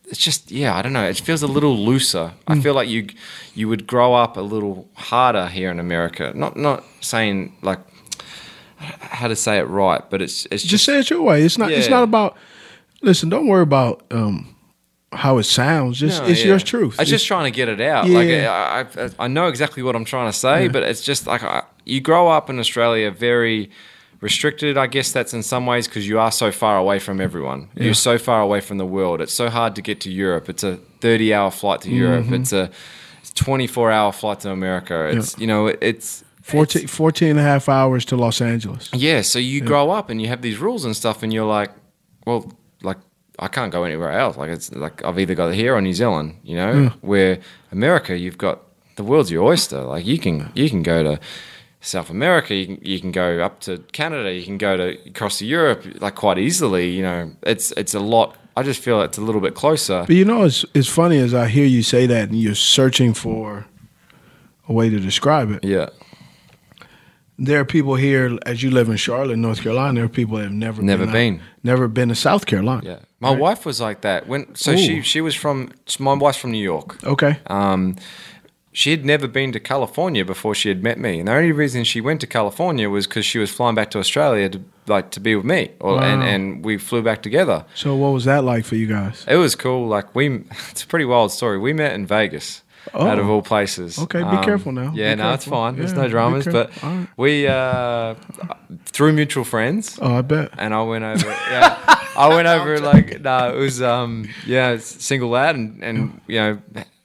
it's just yeah i don't know it feels a little looser i
Mm.
feel like you you would grow up a little harder here in america not not saying like how to say it right but it's it's
Just,
just
say it your way. It's not. It's
Yeah.
not about. Listen, don't worry about um, how it sounds. Just
No,
it's
yeah.
your truth.
i'm just
It's-
trying to get it out
Yeah.
like I, I i know exactly what i'm trying to say
Yeah.
but it's just like I, you grow up in australia very restricted i guess that's in some ways because you are so far away from everyone
Yeah.
you're so far away from the world it's so hard to get to europe it's a 30 hour flight to europe
Mhm.
it's a 24 hour flight to america
Yeah.
it's you know it- it's
14, 14 and a half hours to Los Angeles.
Yeah, so you grow up and you have these rules and stuff, and you're like, well, like I can't go anywhere else. Like it's like I've either got here or New Zealand, you know.
Yeah.
Where America, you've got the world's your oyster. Like you can you can go to South America, you can, you can go up to Canada, you can go to across to Europe, like quite easily. You know, it's it's a lot. I just feel it's a little bit closer.
But you know, it's it's funny as I hear you say that, and you're searching for a way to describe it.
Yeah,
There are people here, as you live in Charlotte, North Carolina. There are people that have never
Never
been, out-
been.
never been to South Carolina.
Yeah, my wife was like that when. So
Ooh.
she she was from my wife's from New York.
Okay.
Um, she had never been to California before she had met me, and the only reason she went to California was because she was flying back to Australia to like to be with me, or, and
Wow.
and we flew back together.
So what was that like for you guys?
It was cool. Like we, it's a pretty wild story. We met in Vegas,
Oh.
out of all places.
Okay, be
Um,
careful now.
Yeah,
Be
no, it's
careful.
fine. There's
Yeah,
no
be
dramas,
careful.
but
All right.
we uh, through mutual friends.
Oh, I bet.
And I went over. Yeah, I went over like no, it was um yeah, it's single lad, and and you know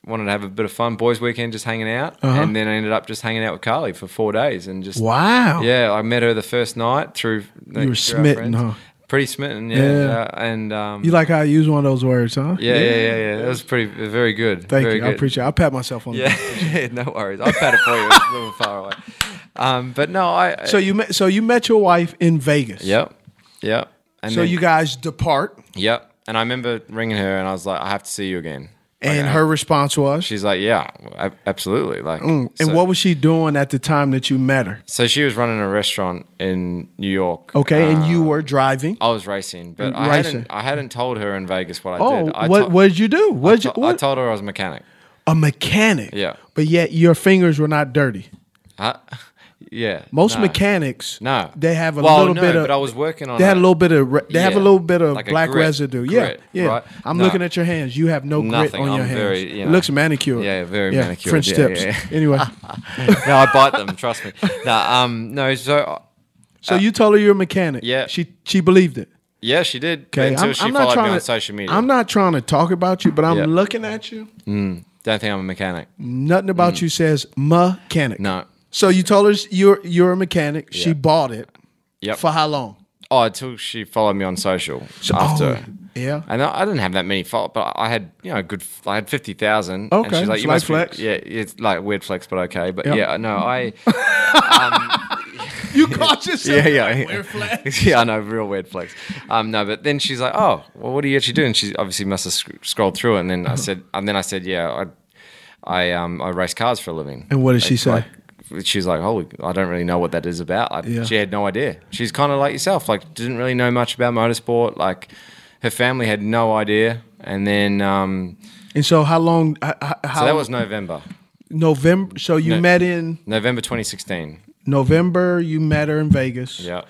wanted to have a bit of fun, boys' weekend, just hanging out,
Uh-huh.
and then I ended up just hanging out with Carly for four days, and just
Wow.
Yeah, I met her the first night through.
You were smitten, huh?
Pretty smitten, yeah.
Yeah.
yeah, and um,
You like how I use one of those words, huh?
yeah, yeah, yeah, yeah. That was pretty, very good.
Thank
very
you. I
good.
appreciate. it. I'll pat myself on.
Yeah, no worries. I'll pat it for you. It's a little far away. Um, but no, I.
The so you met. So you met your wife in Vegas.
Yep. Yep. And
so
then- Oh,
you guys depart,
Yep. And I remember ringing her, and I was like, "I have to see you again." Like,
and
I-
her response was,
she's like, "Yeah, ab- absolutely." Like,
mm. and
so-
what was she doing at the time that you met her?
So she was running a restaurant in New York.
Okay,
Uh,
and you were driving.
I was racing, but I
Racing.
hadn't. I hadn't told her in Vegas what I
oh,
did. I
what
to-
what did you do? What did you,
I to- I told her I was a mechanic.
a mechanic,
Yeah.
but yet your fingers were not dirty.
Huh? yeah.
Most
no.
mechanics,
No.
they have a
Well,
little
no,
bit of.
but I was working on
They had
a-
a little bit of. re- They have a
Yeah,
little bit of
like a
black
grit-
residue.
grit,
yeah, yeah.
right?
I'm
No.
looking at your hands. You have no grit
Nothing.
on your
I'm
hands.
very, you
it
know-
looks manicured.
Yeah, very
Yeah,
manicured.
French
Yeah,
tips.
yeah, yeah.
Anyway,
no, I bite them. Trust me. No, um, no. So Uh,
so you told her you're a mechanic. Yeah, she she believed it.
yeah, she did.
Okay,
until
I'm,
she
I'm
followed
not trying
me on
to.
social media.
I'm not trying to talk about you, but I'm
Yeah.
looking at you.
Mm, don't think I'm a mechanic.
Nothing about you says mechanic.
Mm. No.
So you told her you're you're a mechanic. She
Yeah.
bought it.
Yep.
For how long?
Oh, until she followed me on social after.
Yeah.
And I I didn't have that many followers, but I had, you know, a good, I had 50,000. And
Okay,
she's like,
it's
you
like
must be-"
flex.
yeah, it's like weird flex, but okay. But
Yep.
yeah, no, I. um,
You caught yourself.
yeah, yeah, yeah. yeah, I know, real weird flex. Um, no, but then she's like, "Oh, well, what are you actually doing?" She obviously must have sc- scrolled through it, and then I said, and then I said, "Yeah, I, I, um, I race cars for a living."
And what did she say?
Like, she's like, "Holy, I don't really know what that is about." Like,
Yeah.
She had no idea. She's kind of like yourself, like didn't really know much about motorsport. Like, her family had no idea, and then um,
And so how long? How,
so that was November.
November. So you
No-
met in
November 2016.
November. You met her in Vegas.
Yeah.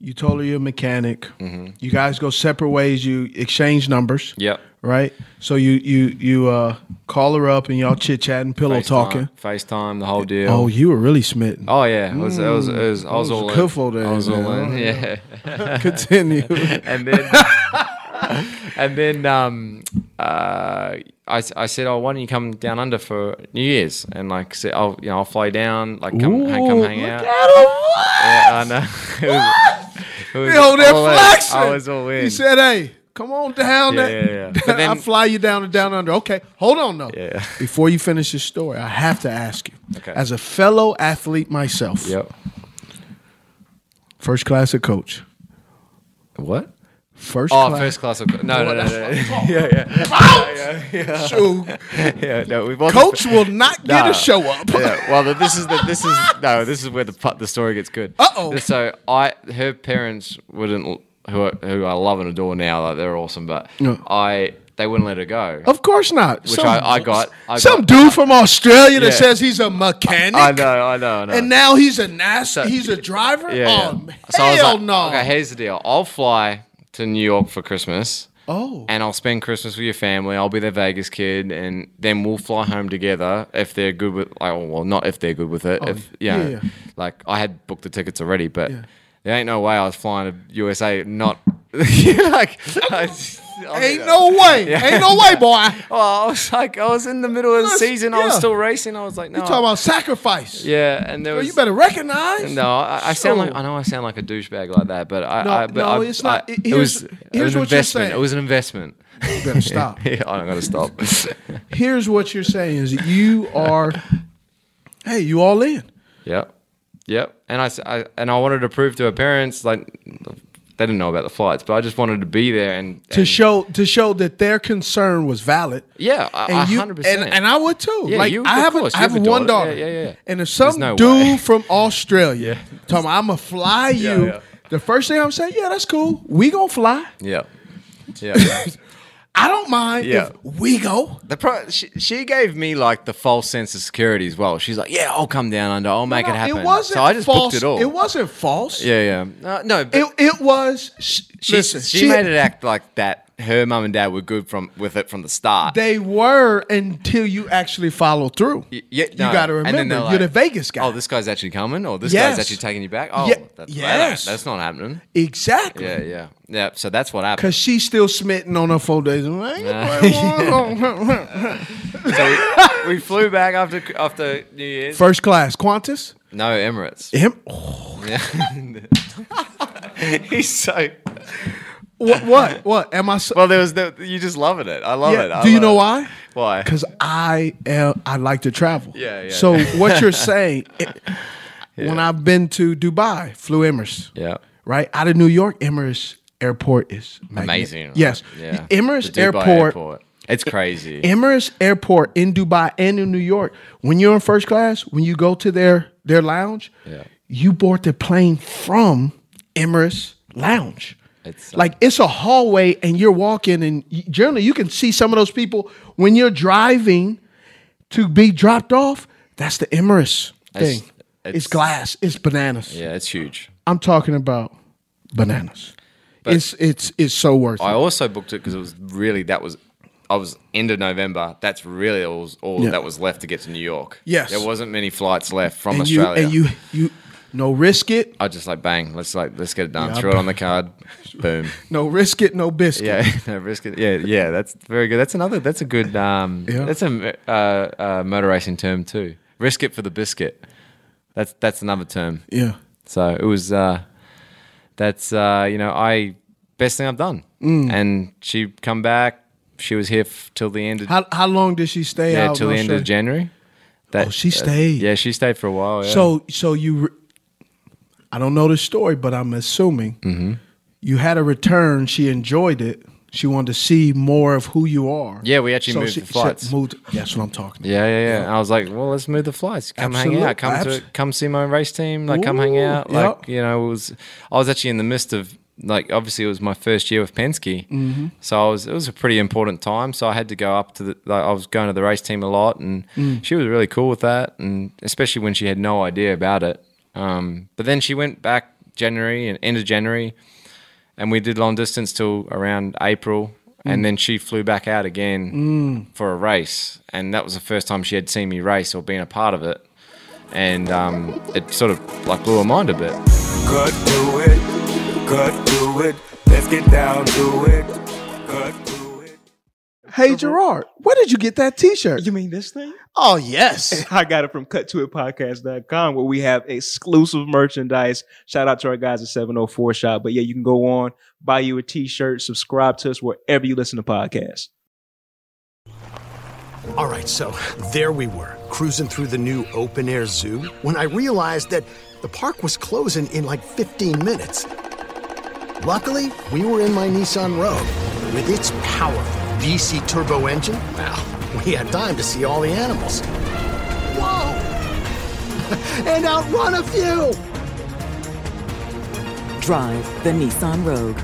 You told her you're a mechanic.
Mhm.
You guys go separate ways. You exchange numbers.
Yep.
Right. So you you you uh, call her up and y'all chit chatting, pillow talking.
FaceTime, the whole deal.
Oh, you were really smitten.
Oh yeah, it was, it was, it was, I was
Mm,
all in.
Careful there,
I was all
man.
in. Yeah.
Continue.
and then, and then, um, uh, I, s- I said, oh, why don't you come down under for New Year's? And like, said, I'll you know I'll fly down, like come hang, come
Ooh,
hang
look
out.
at him.
Yeah, I know. It was- it was
Yo, that
all in.
flexing.
I was all in.
He said, "Hey, come on down
Yeah,
there.
yeah, yeah. But
I'll
then-
fly you down to down under." Okay, hold on though.
Yeah.
Before you finish your story, I have to ask you,
Okay.
as a fellow athlete myself,
Yep.
first class of coach.
What?
First
oh,
class.
first class. Of, no, no, no, no. yeah, yeah. Yeah, yeah.
Shoot.
yeah, no, we want
Coach will not get a
Nah.
show up.
yeah, well, th- this is the this is no, this is where the pu- the story gets good. Uh oh. So I, her parents wouldn't, l- who I- who I love and adore now, like they're awesome, but
No.
I they wouldn't let her go.
Of course not.
Which I, I got. I
some
got,
dude from Australia that
Yeah.
says he's a mechanic,
I know, I know, I know.
and now he's a NASA. he's a driver.
yeah,
Oh,
yeah. So I was
hell
like,
no.
Okay, here's the deal. I'll fly to New York for Christmas.
Oh.
And I'll spend Christmas with your family. I'll be their Vegas kid, and then we'll fly home together if they're good with. Like, oh, well, not if they're good with it.
Oh,
if you
yeah,
know,
yeah.
like I had booked the tickets already, but
Yeah.
there ain't no way I was flying to USA. Not like I just- I
Ain't
mean,
no way.
Yeah.
Ain't no way, boy.
Well, I was like, I was in the middle of the season. I was still racing. I was like,
You
no.
talking about sacrifice?
yeah, and there
Well,
was
you better recognize.
no, I, I sound like
Sure.
I know I sound like a douchebag like that, but I,
No,
I but
no,
I,
it's not.
I-
It-
it was,
here's-
it
here's
was an
what you're
investment.
saying.
It was an investment. You
better stop.
yeah, I'm gonna stop.
Here's what you're saying is that you are, hey, you all in.
yep, yep. And I, s- I- and I wanted to prove to her parents like they didn't know about the flights, but I just wanted to be there and,
To show to show that their concern was valid.
yeah, I, I,
And you
100%.
and, and I would too.
Yeah,
like
you-
I
of
have, a-
course,
I
you
have
have a
one
daughter.
daughter.
Yeah, yeah, yeah.
And if
There's
some
no
dude
way.
from Australia told me I'm gonna fly you,
Yeah, yeah.
the first thing I'm saying, yeah, that's cool. We gonna fly.
yeah, yeah.
I don't mind
Yeah.
if we go.
The pro- she, she gave me like the false sense of security as well. She's like, "Yeah, I'll come down under. I'll make
No,
it happen."
It wasn't
so I just
false.
booked it all.
wasn't false.
yeah, yeah. No, no, but-
It, it was. She,
She, she, made it act like that. Her mum and dad were good from with it from the start.
They were until you actually followed through.
Y- yeah,
you
no,
got to
and then
remember,
they're
you're the
like,
Vegas guy.
Oh, this guy's actually coming, or this
Yes.
guy's actually taking you back. Oh,
Ye-
that- that-
yes. Mm.
that's not happening.
Exactly.
Yeah, yeah, yeah. So that's what happened.
Because she's still smitten on her four days.
so we, we flew back after after New Year's.
First class, Qantas.
No, Emirates.
Em-
Yeah. He's so.
What? What? What? Am I? So-
well, there was no, you just loving it. I love
Yeah,
it. I
Do you
love
know
it.
why?
Why?
Because I am, I like to travel.
Yeah, yeah.
So what you're saying? it- When I've been to Dubai, flew Emirates.
Yeah.
Right out of New York, Emirates Airport is magnificent.
amazing.
Yes.
Yeah.
Emirates
The Dubai
Airport.
It's crazy.
Emirates Airport in Dubai and in New York. When you're in first class, when you go to their their lounge,
Yeah.
you board the plane from Emirates Lounge.
It's, uh,
like it's a hallway, and you're walking, and y- generally you can see some of those people when you're driving to be dropped off. That's the Emirates
It's-
thing. It's, glass. It's bananas.
Yeah, it's huge.
I'm talking about bananas. it's it's it's so worth
Oh, I
it.
also booked it because it was really that was I was end of November. That's really all, all
Yeah.
that was left to get to New York.
Yes.
there wasn't many flights left from
and
Australia.
you and you you no risk it,
I just like bang, let's like let's get it done.
Yeah, I-
Throw it on the card, boom.
no risk it, no biscuit.
Yeah, no risk it. Yeah, yeah, that's very good. That's another. That's a good. Um,
Yeah.
That's a uh, uh, motor racing term too. Risk it for the biscuit. That's that's another term.
Yeah.
So it was. Uh, that's uh, you know I best thing I've done.
Mm.
And she come back. She was here f- till the end of
How how long did she stay
yeah
out?
till
in
the end of
Australia?
January. That, oh, she
stayed.
yeah, she stayed for a while. Yeah.
So so you, re- I don't know the story, but I'm assuming
Mhm.
you had a return. She enjoyed it. She wanted to see more of who you are.
Yeah, we actually moved
she,
the flights.
She moved. That's what I'm talking.
Yeah, yeah, yeah. And I was like, well, let's move the flights. Come hang
Absolute-
out. Come
abs-
to come see my race team. Like, come hang
Ooh,
out.
yep.
Like, you know, it was I was actually in the midst of like obviously it was my first year with Penske,
Mhm.
so I was it was a pretty important time. So I had to go up to the like, I was going to the race team a lot, and
Mm.
she was really cool with that, and especially when she had no idea about it. Um, but then she went back January and end of January, and we did long distance till around April,
Mm.
and then she flew back out again
Mm.
for a race, and that was the first time she had seen me race or been a part of it, and um, it sort of like blew her mind a bit.
Cut to it, cut to it, let's get down to it.
Hey Gerard, where did you get that T-shirt? You
mean this thing?
Oh yes,
I got it from cuttoitpodcast.com where we have exclusive merchandise. Shout out to our guys at 704 Shop. But yeah, you can go on, buy you a t-shirt, subscribe to us wherever you listen to podcasts.
All right, so there we were, cruising through the new open air zoo when I realized that the park was closing in like 15 minutes. Luckily, we were in my Nissan Rogue. With its powerful VC turbo engine, well, we had time to see all the animals. Whoa! and outrun a few!
Drive the Nissan Rogue.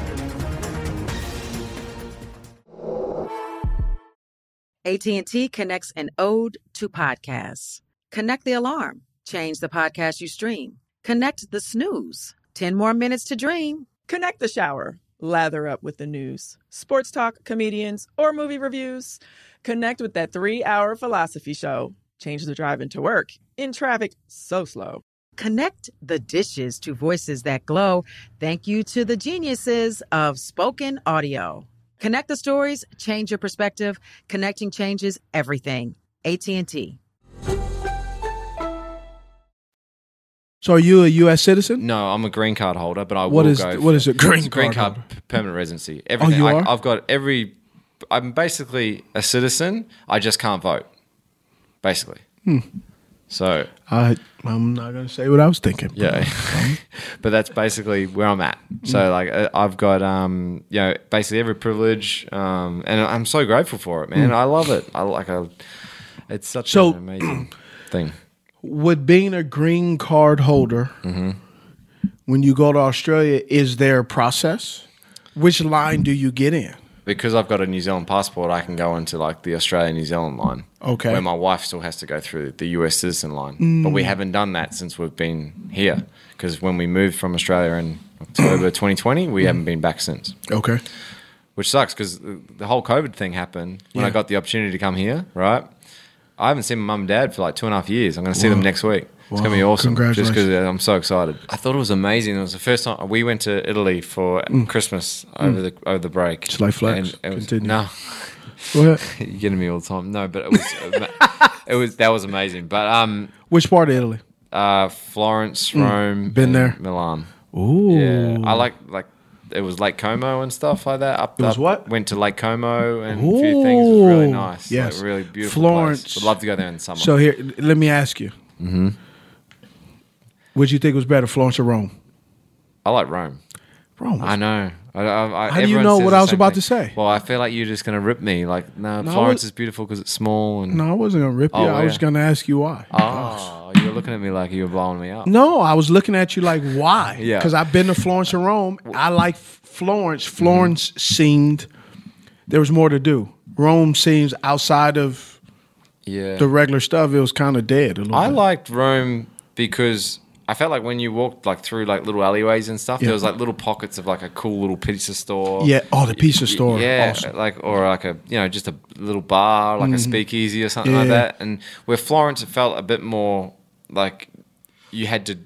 AT&T connects an ode to podcasts. Connect the alarm. Change the podcast you stream. Connect the snooze. 10 more minutes to dream.
Connect the shower. Lather up with the news, sports talk, comedians, or movie reviews. Connect with that three hour philosophy show. Change the drive into work. In traffic, so slow.
Connect the dishes to voices that glow. Thank you to the geniuses of spoken audio. Connect the stories, change your perspective. Connecting changes everything. AT&T.
So are you a U.S. citizen?
No, I'm a green card holder, but I
What
will
is-
go.
what
for-
is it, green
It's green
card Oh,
card p- permanent residency? Everything.
you
I,
are?
I've got every. I'm basically a citizen. I just can't vote. Basically,
Hmm.
so
I I'm not gonna say what I was thinking.
yeah. but that's basically where I'm at. So
Mm.
like I- I've got um you know basically every privilege um and I'm so grateful for it, man.
Mm.
I love it. I like I. It's such
So-
an amazing thing.
With being a green card holder,
Mm-hmm.
when you go to Australia, is there a process? Which line do you get in?
because I've got a New Zealand passport, I can go into like the Australia New Zealand line.
Okay.
Where my wife still has to go through the US citizen line. But we
Mm.
haven't done that since we've been here because when we moved from Australia in October 2020, we
Mm.
haven't been back since,
Okay.
which sucks because the whole COVID thing happened when I
Yeah.
got the opportunity to come here, right? I haven't seen my mum and dad for like two and a half years. I'm going to see them
Wow.
next week. It's going to be
Wow.
awesome. Just because
Congratulations.
I'm so excited. I thought it was amazing. It was the first time we went to Italy for
Mm.
Christmas
Mm.
over the over the break.
Slow flex.
And it was-
Continue.
No.
Go ahead.
You're getting me all the time. No, but it was it was that was amazing. But um,
Which part of Italy?
uh, Florence,
Mm.
Rome,
Been
and
there.
Milan.
Ooh.
yeah. I like like it was Lake Como and stuff like that. Up
It was
up-
what?
went to Lake Como and a few things. It was really nice. Like,
Yes.
really beautiful. place.
Florence.
Would love to go there in summer.
So here, let me ask you. Mm-hmm. Would you think was better, Florence or Rome?
I like Rome.
Rome.
I know. I, I, I,
How do you
everyone
know
says
what
the
I was
same
about
thing.
to say?
Well, I feel like you're just going to rip me. Like, no,
No, I
Florence
was-
is beautiful because it's small. And
No, I wasn't gonna rip you.
Oh,
I was
yeah.
gonna ask you why.
Oh, you were looking at me like you were blowing me up.
No, I was looking at you like why?
Yeah. Mm-hmm.
Because I've been to Florence and Rome. I like F- Florence. Florence seemed there was more to do. Rome seems outside of
Yeah.
the regular stuff. It was kind of dead. A little
I
bit.
liked Rome because I felt like when you walked like through like little alleyways and stuff,
Yeah.
there was like little pockets of like a cool little pizza store.
Yeah. Oh, the pizza
Y-
store.
Yeah.
Awesome.
Like or like a you know just a little bar like a
Mhm.
speakeasy or something
Yeah,
like
yeah.
that. And where Florence, it felt a bit more like you had to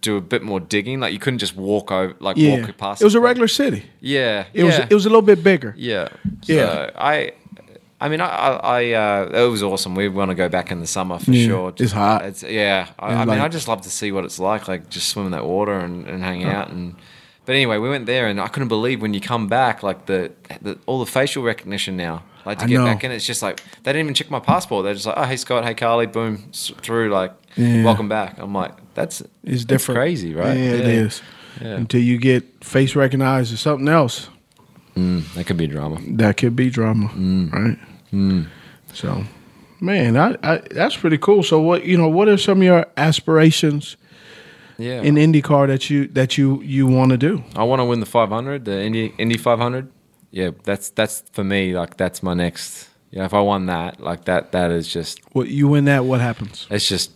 do a bit more digging. Like you couldn't just walk over like
yeah.
walk past.
it was a regular city.
Yeah,
It was.
yeah.
It was a little bit bigger.
Yeah.
Yeah.
So I, I mean, I, I, I uh, it was awesome. We want to go back in the summer for
Yeah,
sure.
it's hot.
It's yeah. I,
And
I mean,
like- Oh.
I just love to see what it's like, like just swim in that water and, and hang
Huh.
out and. But anyway, we went there, and I couldn't believe when you come back, like the, the all the facial recognition now. Like to
I
get
know.
back in, it's just like they didn't even check my passport. They're just like, oh, hey Scott, hey Carly, boom, s- through, like,
Yeah.
welcome back. I'm like, that's
It's
that's
different.
crazy, right?
Yeah, it is.
Yeah.
Until you get face recognized or something else,
Mm, that could be drama.
that could be drama,
Mm.
right? So, man, I, I that's pretty cool. So, what you know, what are some of your aspirations
Yeah.
in IndyCar that you that you you want to do?
I want to win the 500, the Indy Indy 500. Yeah, that's that's for me. Like that's my next. You know, if I won that, like that, that is just
What you win that? What happens?
it's just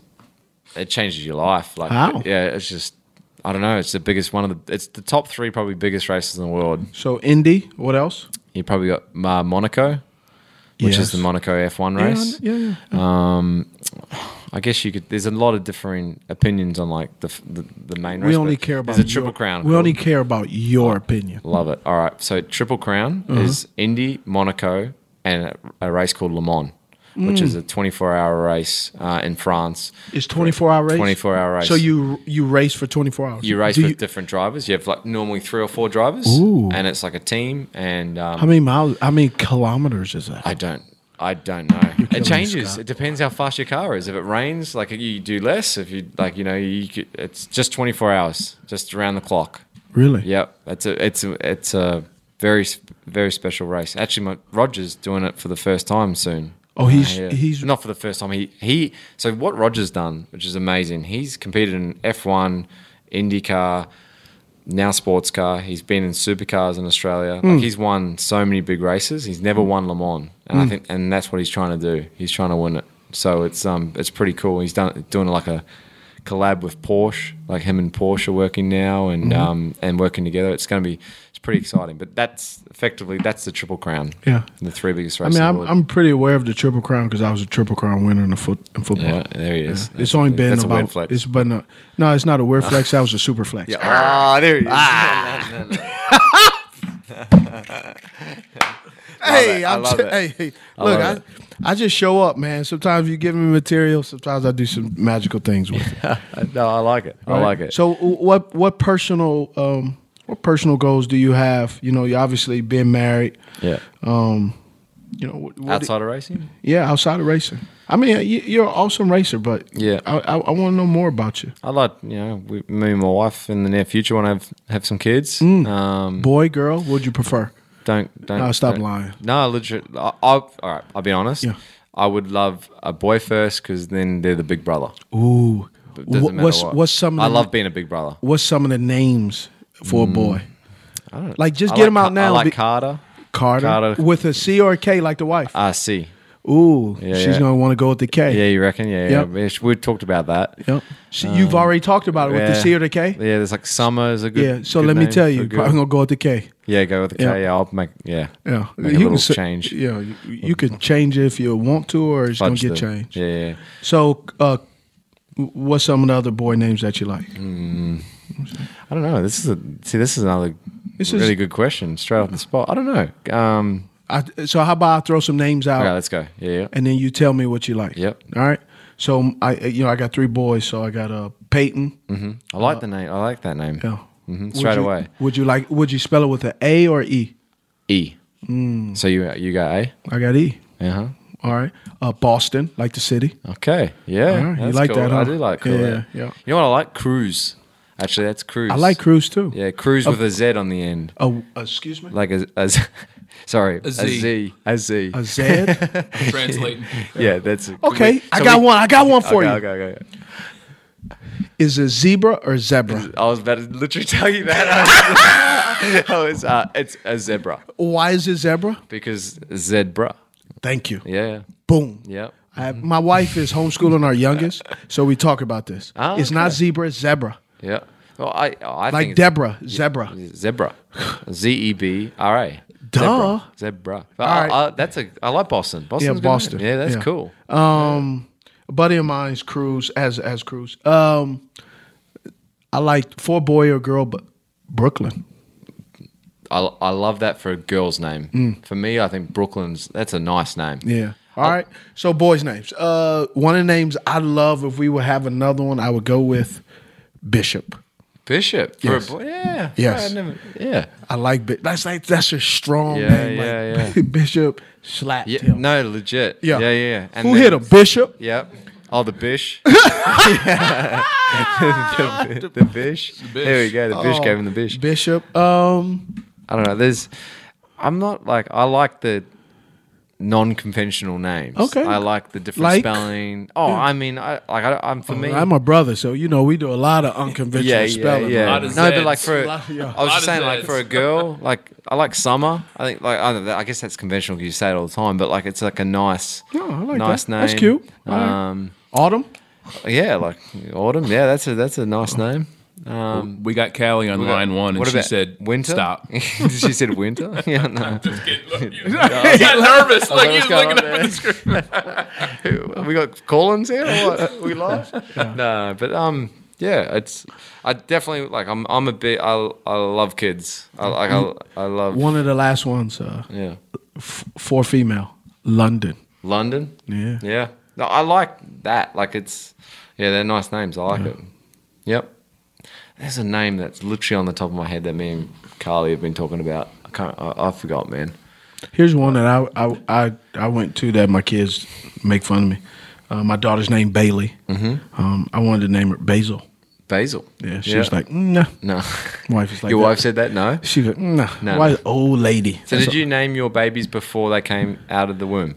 it changes your life. Like
How?
yeah, it's just I don't know. It's the biggest one of the. It's the top three probably biggest races in the world.
So Indy, what else?
You probably got uh, Monaco, which
Yes.
is the Monaco F1
Yeah, I
race.
kn- yeah,
Um, I guess you could. There's a lot of differing opinions on like the f- the, the main race.
we only
but
care about
there's a
your-
triple crown.
We only care about your opinion.
Love it. All right. So Triple Crown
Uh-huh.
is Indy, Monaco, and a, a race called Le Mans, which
Mm.
is a 24-hour race uh, in France.
It's twenty four hour race.
24-hour race.
So you you race for twenty four hours.
You race
Do
with different drivers. You have like normally three or four drivers,
Ooh.
and it's like a team. And um,
how many miles? How many kilometers is that?
I don't. I don't know.
killing
It
me,
changes.
Scott.
It depends how fast your car is. If it rains, like you do less. If you like, you know, you could, it's just twenty four hours, just around the clock.
Really?
Yep. It's a it's a, it's a very s- very special race. Actually, my Rogers doing it for the first time soon.
Oh, he's-
Uh,
he's-
not for the first time. He he. So what Rogers done, which is amazing. He's competed in F one, IndyCar. Now sports car. He's been in supercars in Australia.
Mm.
Like he's won so many big races. He's never won Le Mans, and I
Mm.
think and that's what he's trying to do. He's trying to win it. So it's um it's pretty cool. He's done doing like a collab with Porsche. Like him and Porsche are working now and
Mhm.
um and working together. It's going to be it's pretty exciting. But that's effectively that's the Triple Crown.
Yeah.
the three biggest
I
races.
mean,
in
I'm,
the world.
I'm pretty aware of the triple crown because I was a triple crown winner in the foot in football.
Yeah, there he is.
It's only been
That's a
about.
weird flex.
It's been a, no, it's not a weird flex. That was a super flex.
Yeah. Ah, there he is.
Ah.
No, no, no, no.
Hey,
I
I'm
love
ju-
it.
hey, hey,
I
look,
love
I, I just show up, man. Sometimes you give me material. Sometimes I do some magical things with it.
it. no, I like it. I
Right?
like it.
So, w- what what personal um what personal goals do you have? You know, you obviously been married.
Yeah.
Um, you know, what, what
outside of racing.
yeah, outside of racing. I mean, you, you're an awesome racer, but
Yeah.
I I, I want to know more about you.
I'd like, you know, we, me and my wife in the near future want to have, have some kids. Um,
Mm. Boy, girl, would you prefer?
Don't don't.
No, stop
don't-
lying.
No, literally. I, I, all right, I'll be honest. I would love a boy first because then they're the big brother.
Ooh,
But it doesn't
Wh-
matter
what's
what.
what's some? Of
I
the-
love being a big brother.
What's some of the names for a boy?
I don't,
Like, just
I
get them
like
out
Ca-
now.
I like
Be-
Carter.
Carter,
Carter.
with a C or a K, like the wife.
Ah, C.
Ooh,
Yeah,
she's
yeah.
gonna want to go with the K.
Yeah, you reckon? Yeah,
Yep.
yeah. We talked about that.
Yep. She, you've already talked about it with the C or the K.
Um, Yeah, there's like summer is a good.
yeah. So
good
let me
name
tell
for
you,
a
probably
girl.
gonna go with the K.
Yeah, go with the K.
Yeah.
Yeah, I'll make. Yeah,
Yeah,
Make
You
a
can
little
say-
change. Mm-hmm.
Yeah, you, you can change it if you want to, or it's
Fudge
gonna
the-
get changed.
Yeah, yeah.
So, uh, what's some of the other boy names that you like?
Mm. I don't know. This is a see. This is another
This is-
really good question. Straight off the spot. I don't know. Um,
I, so, how about I throw some names out?
okay, let's go. Yeah, yeah.
and then you tell me what you like.
Yep.
All right. So I, you know, I got three boys. So I got uh, Peyton.
hmm I like
uh,
the name. I like that name.
Yeah.
hmm
Would
Straight
you-
away.
Would you like? Would you spell it with an A or E?
E.
Mm,
So you you got A.
I got E.
Uh huh.
All right. Uh, Boston, like the city.
Okay. Yeah.
All right. Uh-huh. You
that's
like
cool.
that, huh?
I do like cool.
Yeah,
that.
yeah.
You know what I like? Cruise. Actually, that's cruise.
I like cruise too.
Yeah, cruise
A-
with a Z on the end.
Oh, excuse me.
Like a, a Z- sorry,
A
a
Z.
Z, a Z,
A Z? I'm
translating.
yeah, that's it.
Okay,
We-
I
so
got
we-
one. I got one for
okay, Okay,
you.
okay.
Is it zebra or zebra?
I was about to literally tell you that. oh, it's uh, it's a zebra
Oh, Why is it zebra?
because zebra.
Thank you.
Yeah.
Boom.
Yep.
I, my wife is homeschooling our youngest, so we talk about this.
Ah,
it's not
okay.
zebra, it's zebra.
Yeah. Well, I, oh, I
Like
think it's-
Deborah, zebra.
Zebra. Z E B R A.
Duh.
Zebra. Zebra. But
Oh. All
I-
right.
I- that's a. I like Boston. Boston's
yeah,
good
Boston.
name. Yeah, that's cool.
Um, a buddy of mine's Cruz as as Cruz. Um, I like for boy or girl, but Brooklyn.
I, I love that for a girl's name.
Mm.
For me, I think Brooklyn's. That's a nice name.
Yeah. All right. So boys' names. Uh, one of the names I love. If we would have another one, I would go with Bishop.
Bishop. For
Yes.
a boy. Yeah.
Yes.
I never- yeah.
I like Bi- that's like that's a strong
Yeah,
name.
yeah,
like,
yeah.
Bishop slap.
Yeah, No, legit.
Yeah.
Yeah. Yeah. Yeah.
Who hit him? Bishop?
Yep. Oh, the Bish. Yeah. the, the Bish. There we go. The Bish
Oh,
gave him the Bish.
Bishop. Um,
I don't know. There's, I'm not like I like the non-conventional names.
Okay.
I like the different
Like? Oh,
spelling. Oh,
Yeah.
I mean, I like. I, I'm for me.
I'm a brother, so you know we do a lot of unconventional
yeah, yeah,
spelling.
yeah.
man.
No, but like for a-
Lot of- yeah.
I was just saying, like for a girl, like I like summer. I think like I, don't know, I guess that's conventional because you say it all the time, but like it's like a nice,
Yeah, Oh, I like
nice
that.
name.
That's cute. All right.
Um,
autumn.
Yeah, like autumn. Yeah, that's a that's a nice name. Um,
we got Callie on
we got-
line one, and
what
she
about
said,
winter.
"Stop."
she said winter. Yeah, no. I'm just kidding. You
got nervous, like, you looking up at the
screen. we got Collins here. Or what? We lost. No, but um, yeah, it's. I definitely like. I'm. I'm a bit. I. I love kids. I like. I, I love
One of the last ones. Uh,
Yeah.
f- for female, London.
London.
Yeah.
Yeah. No, I like that. Like it's. Yeah, they're nice names. I like it. Yep. There's a name that's literally on the top of my head that me and Carly have been talking about. I can't. I, I forgot, man.
Here's one that I, I I I went to that my kids make fun of me. Uh, my daughter's name Bailey. Mm-hmm. Um, I wanted to name her Basil.
Basil.
Yeah, she was like, no.
No.
Wife is like
Your
that.
wife said that? No.
She was like, no.
No,
Why
no.
old lady?
So
That's
did you name your babies before they came out of the womb?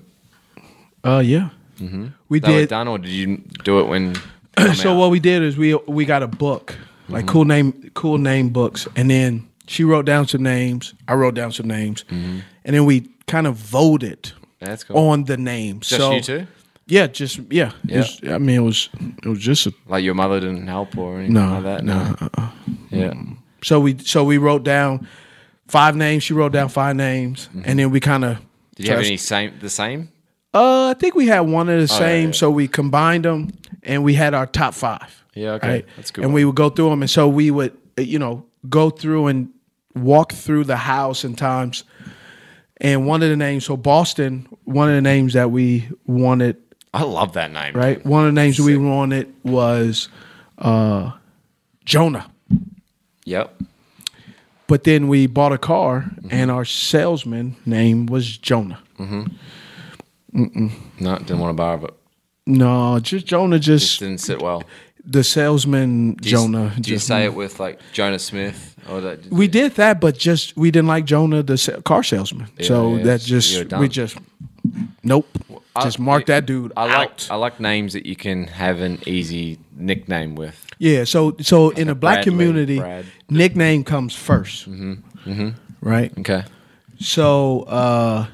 a- uh, yeah.
Mm-hmm.
We
they Were
did-
done, or did you do it when?
so what we did is we we got a book, like
Mhm.
cool name cool name books, and then she wrote down some names. I wrote down some names, and then we kind of voted
Mm-hmm. That's cool.
on the names.
Just
so,
you two?
Yeah, just yeah. It
Yeah.
was- I mean, it was it was just a,
Like your mother didn't help or anything
no,
like that.
no.
No.
uh-uh.
Yeah.
So we so we wrote down five names. She wrote down five names, and then we kind of
Mm-hmm. Did you have any same the same?
Uh, I think we had one of the
Oh, yeah,
same,
yeah.
so we combined them and we had our top five.
Yeah, okay. That's a good
And we would go through them, and so we would, uh, you know, go through and walk through the house and times. And one of the names, so Boston, one of the names that we wanted,
I love that name.
right? One of the names we wanted was uh, Jonah.
Yep.
But then we bought a car, and our salesman name was Jonah.
Mm-hmm.
Mm-mm.
No, didn't want to borrow it.
No, just Jonah. Just,
Just didn't sit well.
the salesman
Do you,
Jonah.
Do you
just-
say it with like Jonah Smith or that?
We did that, but just we didn't like Jonah, the sa- car salesman.
Yeah,
so
yeah,
that
you're
just we
done.
just nope.
I-
just mark that dude
I
out.
like I like names that you can have an easy nickname with.
Yeah. So so in the black
Bradley,
community,
Brad.
nickname comes 1st
Mm-hmm.
right?
Okay.
So uh,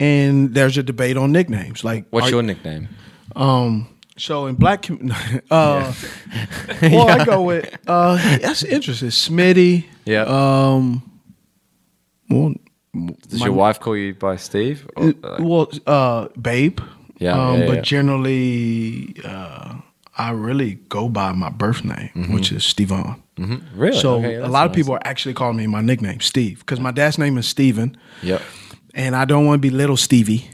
and there's a debate on nicknames. Like,
What's
are-
your nickname?
Um. So in black, com- uh,
Yeah.
well, I go with uh, that's interesting. Smitty.
Yeah.
Um. Well,
Does
my-
your wife call you by Steve? Or,
Uh,
like-
well, uh, babe.
Yeah,
Um,
yeah,
but
yeah.
generally, uh, I really go by my birth name, which is Stevon.
Mhm. Mm-hmm. Really?
So
Okay,
a
that's
lot of
nice.
people are actually calling me my nickname, Steve, because my dad's name is Steven,
yep.
and I don't want to be little Stevie.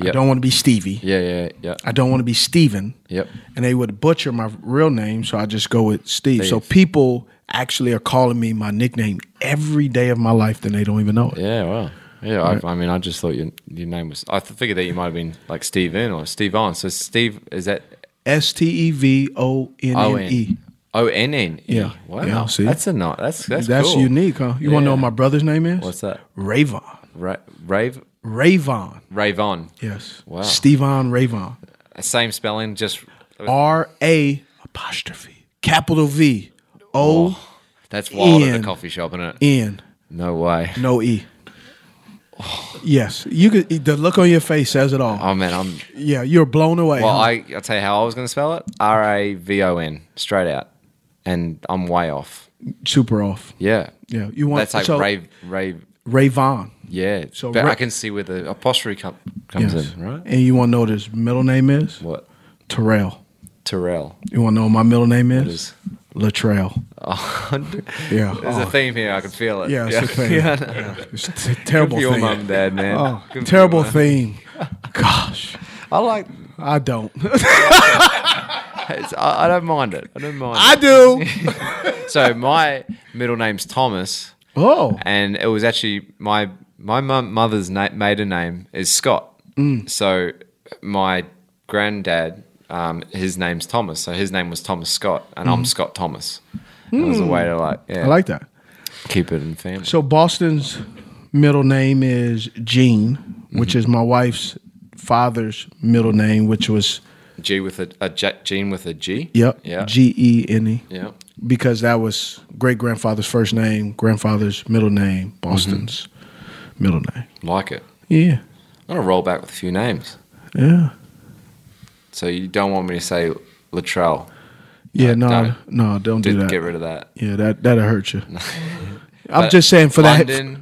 I
Yep.
don't want to be Stevie.
Yeah, yeah, yeah.
I don't want to be Steven.
Yep.
And they would butcher my real name, so I just go with Steve. So
Steve.
people actually are calling me my nickname every day of my life, and they don't even know it.
Yeah, wow. Yeah,
Right.
I, I mean, I just thought your your name was. I th- figured that you might have been like Steve in or Steve on. So Steve is that
S T E V O N
O
N E.
N O N N E.
Yeah.
Wow.
Yeah, see?
That's a not. That's that's cool.
unique, huh? You want to know what my brother's name is?
What's that?
Ravon.
Ra- Rave
Ravon.
Ravon.
Yes.
Wow.
Stevon Ravon.
Same spelling, just
R A apostrophe capital V O
that's wild at
N.
a coffee shop, isn't it?
N.
No way.
No E. Yes, you could. The look on your face says it all.
Oh man, I'm.
Yeah, you're blown away.
Well,
huh?
I I'll tell you how I was going to spell it. R A V O N straight out, and I'm way off.
super off.
Yeah.
Yeah, you want-
that's like
so-
rave rave.
Ravon.
Yeah.
So
but
ra-
I can see where the apostrophe com- comes
Yes.
in, right?
And you want to know what his middle name is?
What?
Terrell.
Terrell.
You want to know what my middle name is?
is?
Latrell.
Oh,
Yeah.
There's
Oh.
a theme here. I can feel it.
Yeah, it's a theme. Yeah. It's a
Uh, Good
terrible
for your
theme.
mum and dad, man.
Oh,
Good for
terrible
your mum.
theme. Gosh.
I like.
I don't.
It's, I, I don't mind it. I don't mind.
I
it.
do.
so my middle name's Thomas.
Oh.
And it was actually my my mum, mother's na- maiden name is Scott.
Mm.
So my granddad, um, his name's Thomas. So his name was Thomas Scott, and I'm
Mm.
Scott Thomas. And It was a
Mm.
way to like, yeah,
I like that.
keep it in family.
So Boston's middle name is Gene, which
Mm-hmm.
is my wife's father's middle name, which was
G with a, a J, Gene with a G.
Yep.
Yeah.
G E N E.
Yep.
Because that was great grandfather's first name, grandfather's middle name,
Mm-hmm.
Boston's middle name.
Like it.
Yeah.
I'm gonna roll back with a few names.
Yeah.
So you don't want me to say Latrell.
Yeah. No. No.
don't.
Don't
Did-
do that.
Get rid of that.
Yeah. That that'll hurt you. I'm
But
just saying for
London,
that.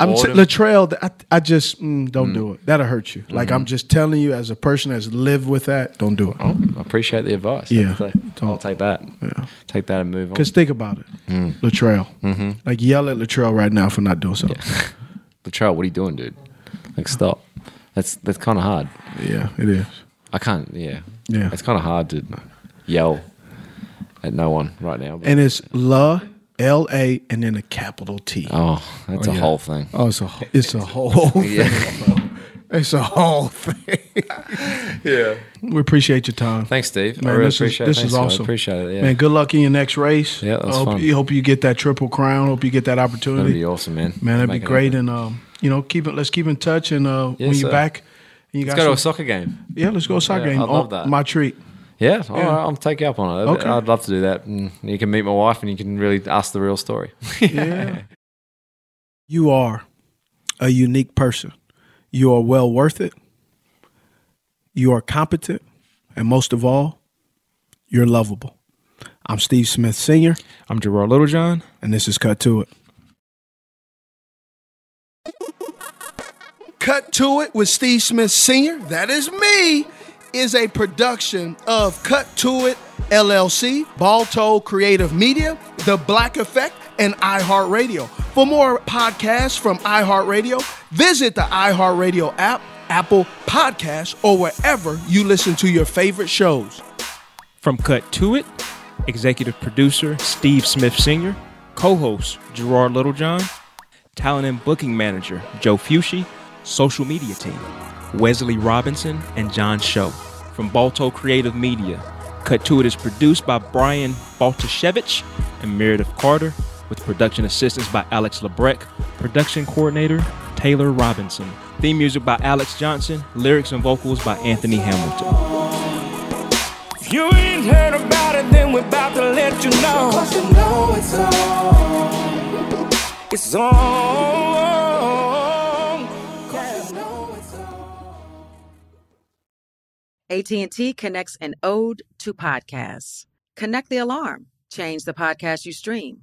I'm t-
Autumn.
Latrell. th- I, I just mm, don't
Mm.
do it. That'll hurt you. Like
Mhm.
I'm just telling you, as a person that's lived with that, don't do it.
I appreciate the advice.
Yeah.
I'll take- I'll take that. Take that and move on.
Cause think about it,
Mm.
Latrell.
Mhm.
Like yell at Latrell right now for not doing something.
Latrell, what are you doing, dude? Like, stop. That's that's kind of hard.
Yeah, it is.
I can't. Yeah.
Yeah.
It's kind of hard to yell at no one right now. but-
And it's La L A and then a capital T.
Oh, that's a whole thing.
Oh, it's a wh- it's a whole thing.
Yeah.
bro. It's a whole thing.
Yeah.
We appreciate your time.
Thanks, Steve. I really
this
appreciate it.
Is, this
Thanks,
is
man. I
awesome.
appreciate it, yeah.
Man, good luck in your next race.
Yeah, that was
hope,
fun.
You, hope you get that triple crown. Hope you get that opportunity.
That'd be awesome, man.
Man, that'd
Make
be
it
great. And um, you know, keep it. Let's keep in touch. And uh,
Yes,
when you're
sir.
back, and you
Let's
got
go to a
some-
soccer game.
Yeah, let's go to a soccer
Yeah,
game.
I'd love
Oh,
that.
My treat.
Yeah, all
Yeah.
right, I'll take you up on it.
Okay.
I'd love to do that. And you can meet my wife and you can really ask the real story.
yeah. You are a unique person. You are well worth it. You are competent. And most of all, you're lovable. I'm Steve Smith Sr. I'm Gerard Littlejohn. And this is Cut to It.
Cut to It with Steve Smith Sr., that is me, is a production of Cut to It LLC, Balto Creative Media, The Black Effect, and iHeartRadio. For more podcasts from iHeartRadio, visit the iHeartRadio app, Apple Podcasts, or wherever you listen to your favorite shows.
From Cut to It, executive producer Steve Smith Sr., co host Gerard Littlejohn, talent and booking manager Joe Fushi, social media team Wesley Robinson and John Show. From Balto Creative Media, Cut to It is produced by Brian Baltashevich and Meredith Carter, with production assistance by Alex LeBrec, production coordinator Taylor Robinson. Theme music by Alex Johnson, lyrics and vocals by Anthony Hamilton.
If you ain't heard about it, then we're about to let you know. Cause you know it's on. It's on. 'Cause you know it's on.
AT&T connects an ode to podcasts. Connect the alarm. Change the podcast you stream.